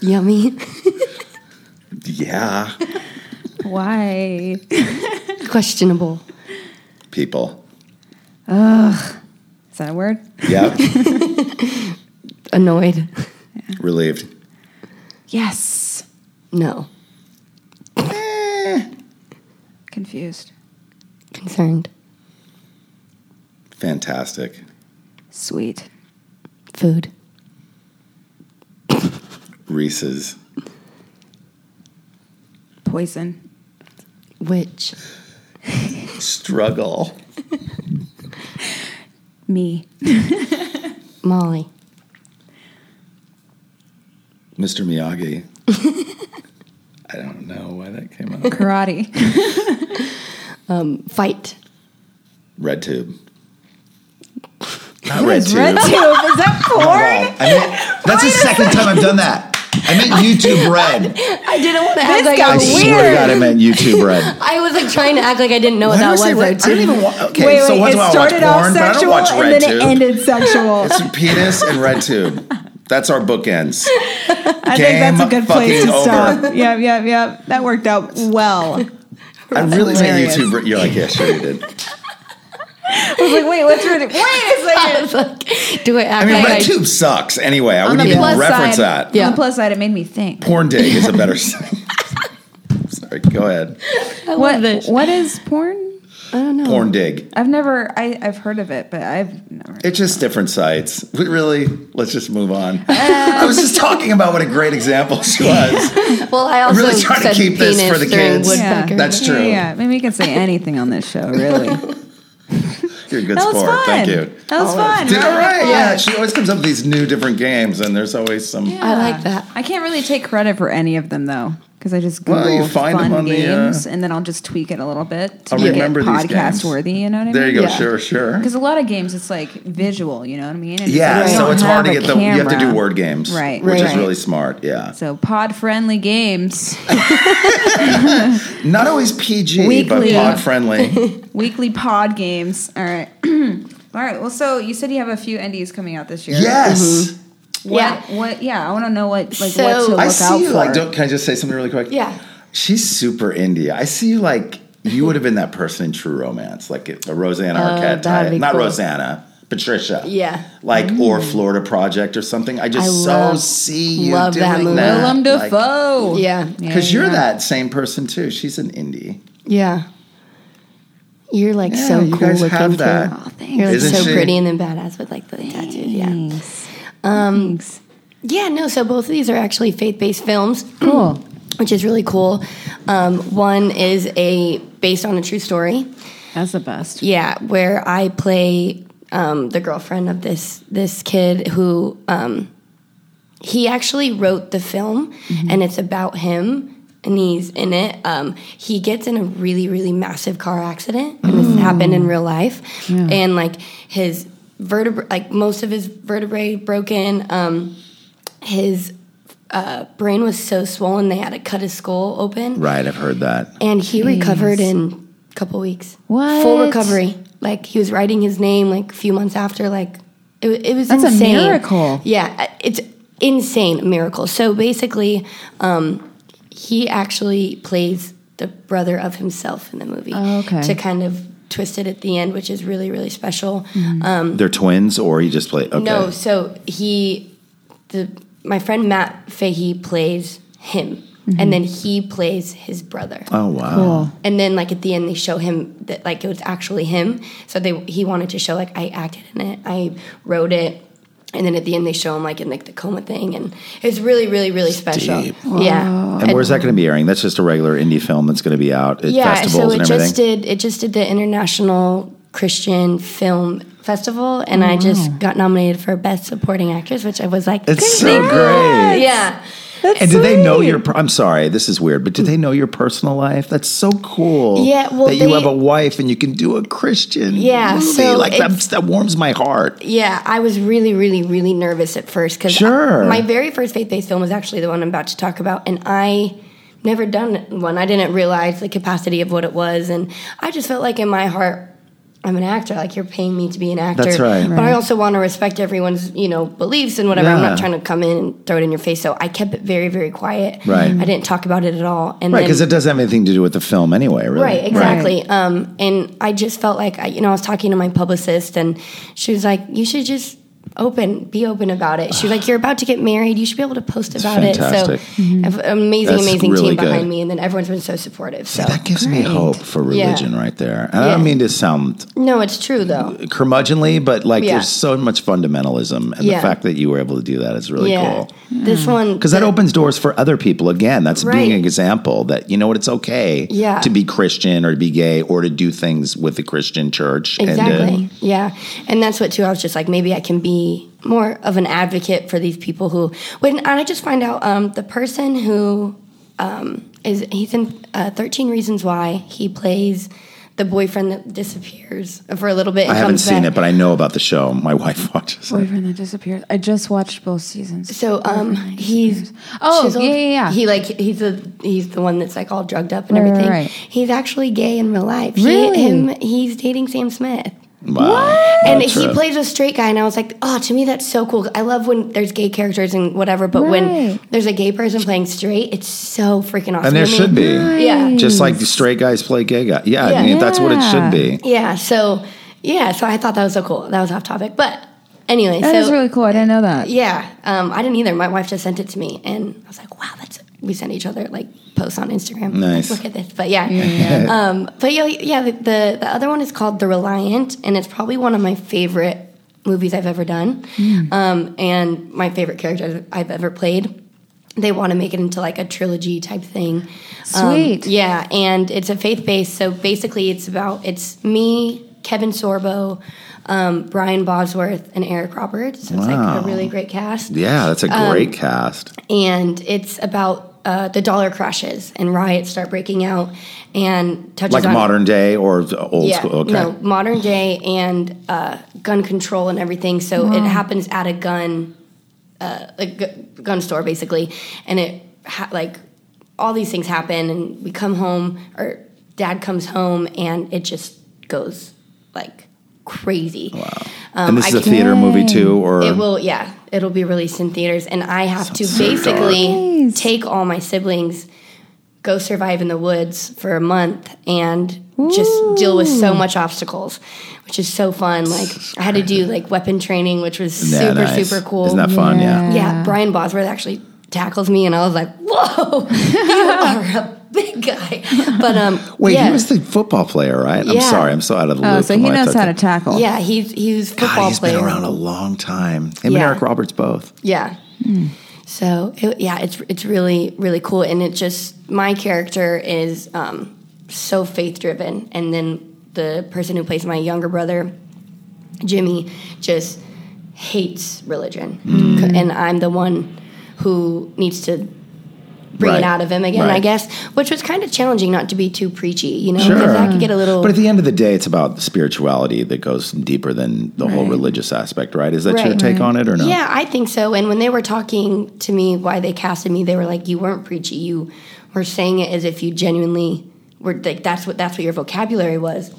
E: Yummy.
D: Yeah.
C: Why?
E: Questionable.
D: People.
C: Is that a word?
D: Yep.
E: Annoyed.
D: Relieved.
C: Yes.
E: No.
D: Eh.
C: Confused.
E: Concerned.
D: Fantastic.
C: Sweet.
E: Food.
D: Reese's.
C: Poison.
E: Witch.
D: Struggle.
C: Me.
E: Molly.
D: Mr. Miyagi. I don't know why that came up.
C: Karate.
E: Fight.
D: Red tube. Not
C: Is Red tube. Is that porn?
D: I mean, that's the second time I've done that. I meant YouTube Red.
E: I didn't want to act like
C: got
E: I
D: I
E: was.
C: Oh, weird. Oh,
D: swear to God, I meant YouTube Red.
E: I was like trying to act like I didn't know what that was.
D: I,
E: though,
D: red? I
E: too.
D: don't even wa- Okay,
C: wait, wait.
D: so once
C: it
D: in a while I watch
C: started off
D: porn, but I don't
C: sexual
D: watch
C: and
D: Red
C: then it
D: Tube.
C: ended sexual.
D: It's penis and Red Tube. That's our bookends.
C: I think that's a
D: Game
C: good place to
D: fucking over.
C: stop. Yep, yep, yep. That worked out well.
D: I really meant
C: hilarious.
D: YouTube Red. You're like, yeah, sure you did.
C: I was like, wait, what's Red Tube? Wait a
E: I
C: second.
E: was like, do I
D: I
E: act
D: mean,
E: like
D: Red
E: I
D: Tube sucks anyway. I
C: On
D: wouldn't
C: the
D: even
C: plus
D: reference
C: side,
D: that.
C: On
E: Yeah.
C: the plus side, it made me think.
D: Porn Dig is a better. Sorry, go ahead.
C: What, what is porn?
D: Porn Dig.
C: I've never, I, I've heard of it, but I've never.
D: It's just different sites. We really, let's just move on. I was just talking about what a great example she was.
E: Well, I also
D: really trying to
E: said
D: keep this
E: penis
D: for the
E: during
D: kids.
E: Woodpecker.
D: That's true.
C: Yeah, yeah, maybe we can say anything on this show, really. that
D: You're a good
C: was
D: sport.
C: fun.
D: Thank you.
C: That was fun.
D: Did all right. Yeah.
E: Yeah.
D: she always comes up with these new different games, and there's always some.
E: I like that.
C: I can't really take credit for any of them, though. Because I just Google
D: Well, you find
C: fun
D: them on the, uh,
C: games, and then I'll just tweak it a little bit to
D: I'll
C: make it
D: remember these games.
C: podcast worthy. You know what I mean?
D: There you go.
E: Yeah.
D: Sure, sure.
C: Because a lot of games, it's like visual, you know what I mean? And
D: Yeah,
C: like, you
D: so
C: don't
D: it's hard to
C: have a
D: get the. You have to do
C: camera.
D: word games,
C: Right,
D: Which is
E: right.
D: really smart. Yeah,
C: So pod friendly games,
D: not always PG, but
C: Weekly.
D: pod friendly.
C: weekly pod games. All right. All right. Well, so you said you have a few NDs coming out this year.
D: yes,
C: What,
E: Yeah.
C: What? Yeah. I want to know what like
E: So-
C: what to look
D: I
C: out
D: see you.
C: for.
D: Like, don't, can I just say something really quick?
E: Yeah.
D: She's super indie. I see like you would have been that person in True Romance, like a Rosanna Arquette
E: that'd
D: type.
E: be
D: Not
E: cool.
D: Rosanna, Patricia.
E: Yeah.
D: Like or Florida Project or something. I just
E: I
D: so
E: love-
D: see you
E: love
D: doing
E: that
D: that.
E: movie.
C: Willem Dafoe.
E: Yeah.
D: Because
C: Yeah,
D: you're
C: yeah.
D: that same person too. She's an indie.
E: Yeah. You're like so
D: Yeah,
E: cool
D: you guys
E: looking
D: have
E: too.
D: that.
C: Oh, thanks.
E: You're like
D: Isn't
E: so
D: she?
E: pretty and then badass with like the tattoo. Yeah. Um, Yeah, no, so both of these are actually faith based films.
C: Cool.
E: Which is really cool. Um, one is a based on a true story.
C: That's the best.
E: Yeah, where I play um, the girlfriend of this this kid who um, he actually wrote the film, and it's about him. And he's in it. Um, he gets in a really, really massive car accident, and this happened in real life. And like his vertebra, like most of his vertebrae broken. Um, his uh, brain was so swollen they had to cut his skull open
D: Right, I've heard that.
E: and he recovered in a couple weeks.
C: What?
E: Full recovery. Like he was writing his name like a few months after. Like it, wa- it was
C: That's a
E: insane.
C: miracle.
E: Yeah, uh, it's insane miracle. So basically, um, he actually plays the brother of himself in the movie.
C: Oh, okay.
E: To kind of twist it at the end, which is really really special.
C: Mm-hmm.
E: Um,
D: They're twins or you just play okay.
E: No, so he the my friend Matt Fahey plays him.
C: Mm-hmm.
E: And then he plays his brother.
D: Oh wow.
C: Cool.
E: And then like at the end they show him that like it was actually him. So they he wanted to show like I acted in it, I wrote it. And then at the end they show him like in like the coma thing and it's really, really, really special.
D: deep.
E: Yeah.
D: And where's that going to be airing? That's just a regular indie film that's going to be out at
E: Yeah,
D: festivals
E: so
D: and
E: it
D: everything.
E: just did it just did the International Christian Film Festival and I just got nominated for Best Supporting Actress, which I was like
D: it's so great.
E: Yeah.
D: And did they know your? per- I'm sorry, this is weird, but did they know your personal life? That's so cool.
E: Yeah, well,
D: that you
E: they-
D: have a wife and you can do a Christian.
E: Yeah,
D: movie.
E: so
D: like that,
E: it's-
D: that warms my heart.
E: Yeah, I was really, really, really nervous at first because
D: Sure.
E: my very first faith-based film was actually the one I'm about to talk about, and I never done one. I didn't realize the capacity of what it was, and I just felt like in my heart, I'm an actor. Like you're paying me to be an actor,
D: That's right.
E: But I also want to respect everyone's, you know, beliefs and whatever. I'm
D: Yeah.
E: not trying to come in and throw it in your face. So I kept it very, very quiet.
D: Right.
E: I didn't talk about it at all. And
D: Right,
E: then-
D: because it doesn't have anything to do with the film anyway, really.
E: Right, exactly. Um, and I just felt like I, you know, I was talking to my publicist, and she was like, "You should just open, be open about it." She was like, "You're about to get married. You should be able to post about
D: fantastic. Mm-hmm.
E: it." So, I've- amazing,
D: That's
E: amazing
D: really
E: team behind
D: good.
E: me, and then everyone's been so supportive. So,
D: That gives me hope for
E: Yeah.
D: religion right there. And I don't
E: Yeah.
D: mean to sound
E: no, it's true though.
D: curmudgeonly, but like
E: Yeah.
D: there's so much fundamentalism, and
E: Yeah.
D: the fact that you were able to do that is really
E: yeah,
D: cool.
E: this one
D: Because that opens doors for other people. Again, that's being
E: Right.
D: an example that you know what it's okay
E: Yeah.
D: to be Christian or to be gay or to do things with the Christian church. and uh, to-
E: Exactly. yeah. And that's what too. I was just like, maybe I can be more of an advocate for these people who. When and I just find out um, the person who um, is he's in uh, Thirteen Reasons Why. He plays the boyfriend that disappears for a little bit. And
D: I haven't
E: comes
D: seen
E: back.
D: it, but I know about the show. My wife watches it.
C: Boyfriend that disappeared. I just watched both seasons.
E: So um, he's
C: Oh,
E: chiseled.
C: yeah, yeah, yeah.
E: He like he's the he's the one that's like all drugged up and
C: Right, right,
E: everything.
C: right.
E: He's actually gay in real life.
C: Really?
E: He, him, he's dating Sam Smith.
D: Wow.
E: and
D: That's
E: he
D: a-
E: plays a straight guy, and I was like, oh, to me that's so cool. I love when there's gay characters and whatever, but
C: Right.
E: when there's a gay person playing straight, it's so freaking awesome.
D: And there
E: to me.
D: should be.
E: yeah,
D: Just like the straight guys play gay guys. Yeah,
E: Yeah.
D: I mean, that's what it should be.
E: yeah. So yeah, so I thought that was so cool. That was off topic, but anyway,
C: That
E: so
C: is really cool. I didn't know that.
E: yeah, um, I didn't either. My wife just sent it to me, and I was like, wow, that's. We sent each other like posts on Instagram.
D: Nice.
E: Like, Look at this, but yeah, um, but yeah, yeah. The, the the other one is called The Reliant, and it's probably one of my favorite movies I've ever done, um, and my favorite character I've ever played. They want to make it into like a trilogy type thing. Um,
C: Sweet.
E: yeah, and it's a faith based. So basically, it's about it's me, Kevin Sorbo, um, Brian Bosworth, and Eric Roberts. So it's like
D: Wow.
E: a really great cast
D: Yeah, that's a
E: Um,
D: great cast.
E: and it's about uh, the dollar crashes and riots start breaking out and touches
D: Like
E: on
D: modern day or the old
E: yeah,
D: school. Okay.
E: no modern day and uh, gun control and everything. So it happens at a gun uh, a gu- gun store basically, and it ha- like all these things happen, and we come home or dad comes home, and it just goes like crazy. Wow. Um,
D: and this
E: I
D: is a
E: can't-
D: theater movie too, or
E: it will, yeah. It'll be released in theaters, and I have to basically take all my siblings, go survive in the woods for a month and just deal with so much obstacles, which is so fun. Like I had to do like weapon training, which was
D: Yeah,
E: super
D: nice.
E: super cool.
D: Isn't that fun? Yeah.
E: Yeah, Brian Bosworth actually tackles me, and I was like, "Whoa, you are a big guy!" But um,
D: Wait,
E: yeah,
D: he was the football player, right? I'm
E: Yeah.
D: sorry, I'm so out of the
C: Oh,
D: loop.
C: so
D: from
C: he
D: what I
C: knows
D: thought
C: how to
D: that-
C: tackle.
E: yeah, he's he's football
D: God, he's
E: player.
D: been around a long time. Him and
E: Yeah.
D: Eric Roberts both.
E: Yeah. So it, yeah, it's it's really really cool, and it just my character is um, so faith driven, and then the person who plays my younger brother, Jimmy, just hates religion,
D: Mm.
E: C- and I'm the one who needs to bring
D: Right.
E: it out of him again, I
D: Right.
E: guess, which was kind of challenging not to be too preachy, you know,
D: Sure.
E: because I could get a little.
D: But at the end of the day, it's about the spirituality that goes deeper than the whole religious aspect, right? Is that your
E: Right.
D: take on it or no?
E: Yeah, I think so. And when they were talking to me, why they casted me, they were like, "You weren't preachy. You were saying it as if you genuinely were like that's what that's what your vocabulary was."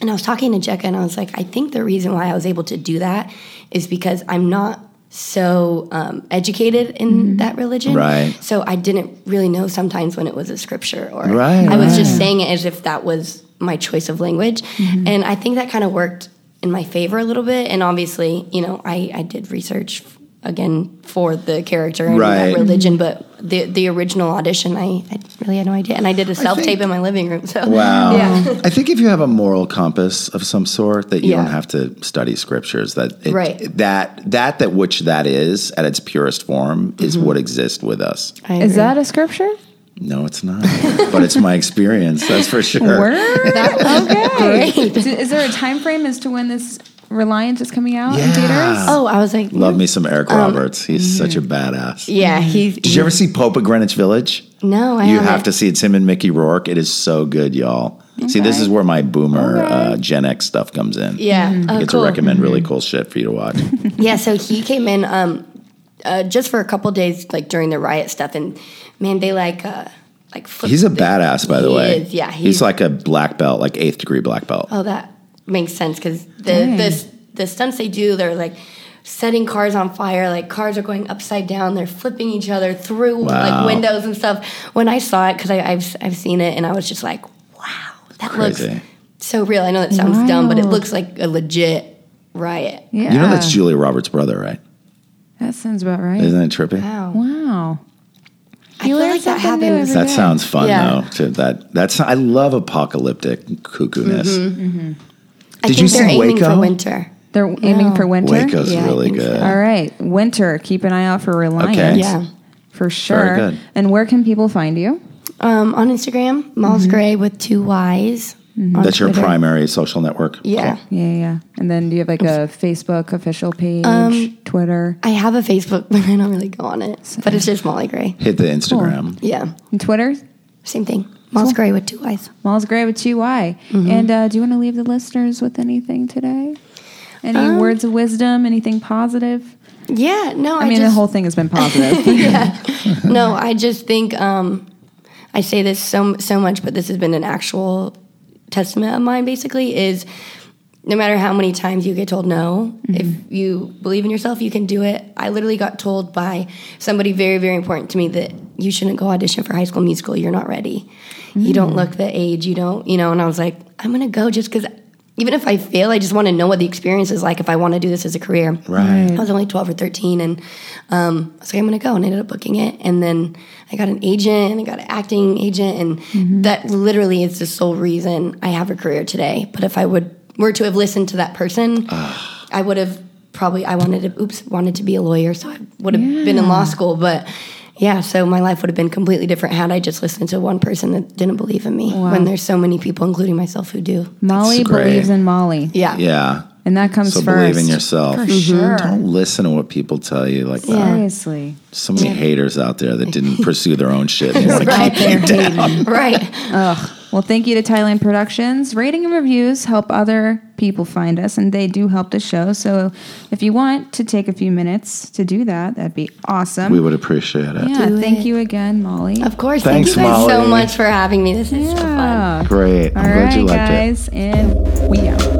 E: And I was talking to Jekka, and I was like, "I think the reason why I was able to do that is because I'm not." So um, educated in that religion,
D: Mm-hmm. Right.
E: So I didn't really know sometimes when it was a scripture, or
D: Right,
E: I was
D: right.
E: just saying it as if that was my choice of language.
D: Mm-hmm.
E: And I think that kind of worked in my favor a little bit. And obviously, you know, I, I did research again for the character and
D: Right.
E: that religion, but the the original audition, I, I really had no idea. And I did a self tape in my living room. So
D: Wow.
C: Oh.
E: Yeah.
D: I think if you have a moral compass of some sort that you
E: Yeah.
D: don't have to study scriptures that it,
E: Right.
D: that that that which that is at its purest form is
E: Mm-hmm.
D: what exists with us.
E: I
C: Is
E: agree.
C: that a scripture?
D: No, it's not. but it's my experience, that's for sure.
C: Word?
E: That
C: okay.
E: was great.
C: D- Is there a time frame as to when this Reliant is coming out in
D: Yeah.
C: theaters?
E: Oh, I was like
D: Love me some Eric Roberts. He's such a badass.
E: Um, mm-hmm. Yeah, he's
D: Did you ever see Pope at Greenwich Village?
E: No, I
D: You
E: haven't.
D: have to see it's him and Mickey Rourke. It is so good, y'all. See, this is where my boomer uh, Gen X stuff comes in.
E: Yeah.
D: I
E: Oh,
D: get
E: cool.
D: to recommend really cool shit for you to watch.
E: Yeah, so he came in um, uh, just for a couple days, like during the riot stuff, and man, they like uh, like flipped
D: He's a
E: the-
D: badass, by the
E: He
D: way.
E: is, yeah,
D: he's,
E: he's-
D: like a black belt, like eighth degree black belt.
E: Oh, that makes sense because the the the stunts they do, they're like setting cars on fire, like cars are going upside down, they're flipping each other through
D: Wow.
E: like windows and stuff. When I saw it, because I've I've seen it, and I was just like, wow, that
D: Crazy.
E: looks so real. I know that sounds dumb, but it
C: Wild.
E: looks like a legit riot.
C: yeah.
D: You know that's Julia Roberts' brother, right?
C: that sounds about right.
D: Isn't it trippy?
E: Wow,
C: wow.
E: I feel
C: learn
E: like that
C: something new
E: happens.
C: every-
D: That sounds fun
E: Yeah.
D: though. To that that's I love apocalyptic cuckoo-ness.
E: Mm-hmm, I
D: Did
E: think
D: you
E: they're
D: see
E: aiming
D: Waco?
E: for winter.
C: They're aiming for winter.
D: Waco's
E: Yeah, I
D: really
E: think so.
D: good.
C: All right, winter. Keep an eye out for Reliant.
D: Okay.
E: Yeah.
C: for sure.
D: Very good.
C: And where can people find you?
E: Um, on Instagram, Miles Gray with two Y's. On
D: Mm-hmm. That's your
E: Twitter.
D: primary social network.
E: Yeah.
D: Cool.
C: Yeah, yeah, yeah. And then do you have like a Facebook official page,
E: Um,
C: Twitter,
E: I have a Facebook, but I don't really go on it. But it's just Molly Gray.
D: Hit the Instagram.
E: Yeah.
C: and Twitter?
E: Same thing. Molly Gray with two Y's.
C: Miles Gray with two Y.
E: Mm-hmm.
C: And uh, do you want to leave the listeners with anything today? Any
E: Um,
C: words of wisdom? Anything positive?
E: Yeah. No, I,
C: I, mean,
E: just,
C: the whole thing has been positive.
E: no, I just think um, I say this so so much, but this has been an actual testament of mine. Basically, is no matter how many times you get told no, if you believe in yourself, you can do it. I literally got told by somebody very very important to me that you shouldn't go audition for High School Musical. You're not ready. You don't look the age. You don't. You know. And I was like, I'm gonna go just because. Even if I fail, I just want to know what the experience is like if I want to do this as a career.
D: Right.
E: I was only 12 or 13, and um, I was like, I'm gonna go. And I ended up booking it. And then I got an agent and I got an acting agent, and that literally is the sole reason I have a career today. But if I would were to have listened to that person, I would have probably, I wanted to, oops, wanted to be a lawyer, so I would have been in law school. But yeah, so my life would have been completely different had I just listened to one person that didn't believe in me when there's so many people, including myself, who do.
C: Molly
D: That's great.
C: believes in Molly,
E: Yeah. Mm-hmm.
D: Yeah.
C: and that comes
D: So
C: first.
D: believe in yourself.
C: Sure.
D: Don't listen to what people tell you like that.
C: Seriously.
D: So many haters out there that didn't pursue their own shit. They wanna
E: Right.
C: Hayden.
E: right.
C: Well, thank you to Thailand Productions. Rating and reviews help other people find us, and they do help the show. So if you want to take a few minutes to do that, that'd be awesome.
D: We would appreciate it.
C: yeah,
E: Do
C: thank
E: it.
C: you again, Molly.
E: Of course.
D: Thanks,
E: Thank you guys so
D: Molly.
E: much for having me. This is so fun.
C: Yeah.
D: Great.
C: All
D: I'm glad
C: right,
D: you liked it.
C: guys, and we out.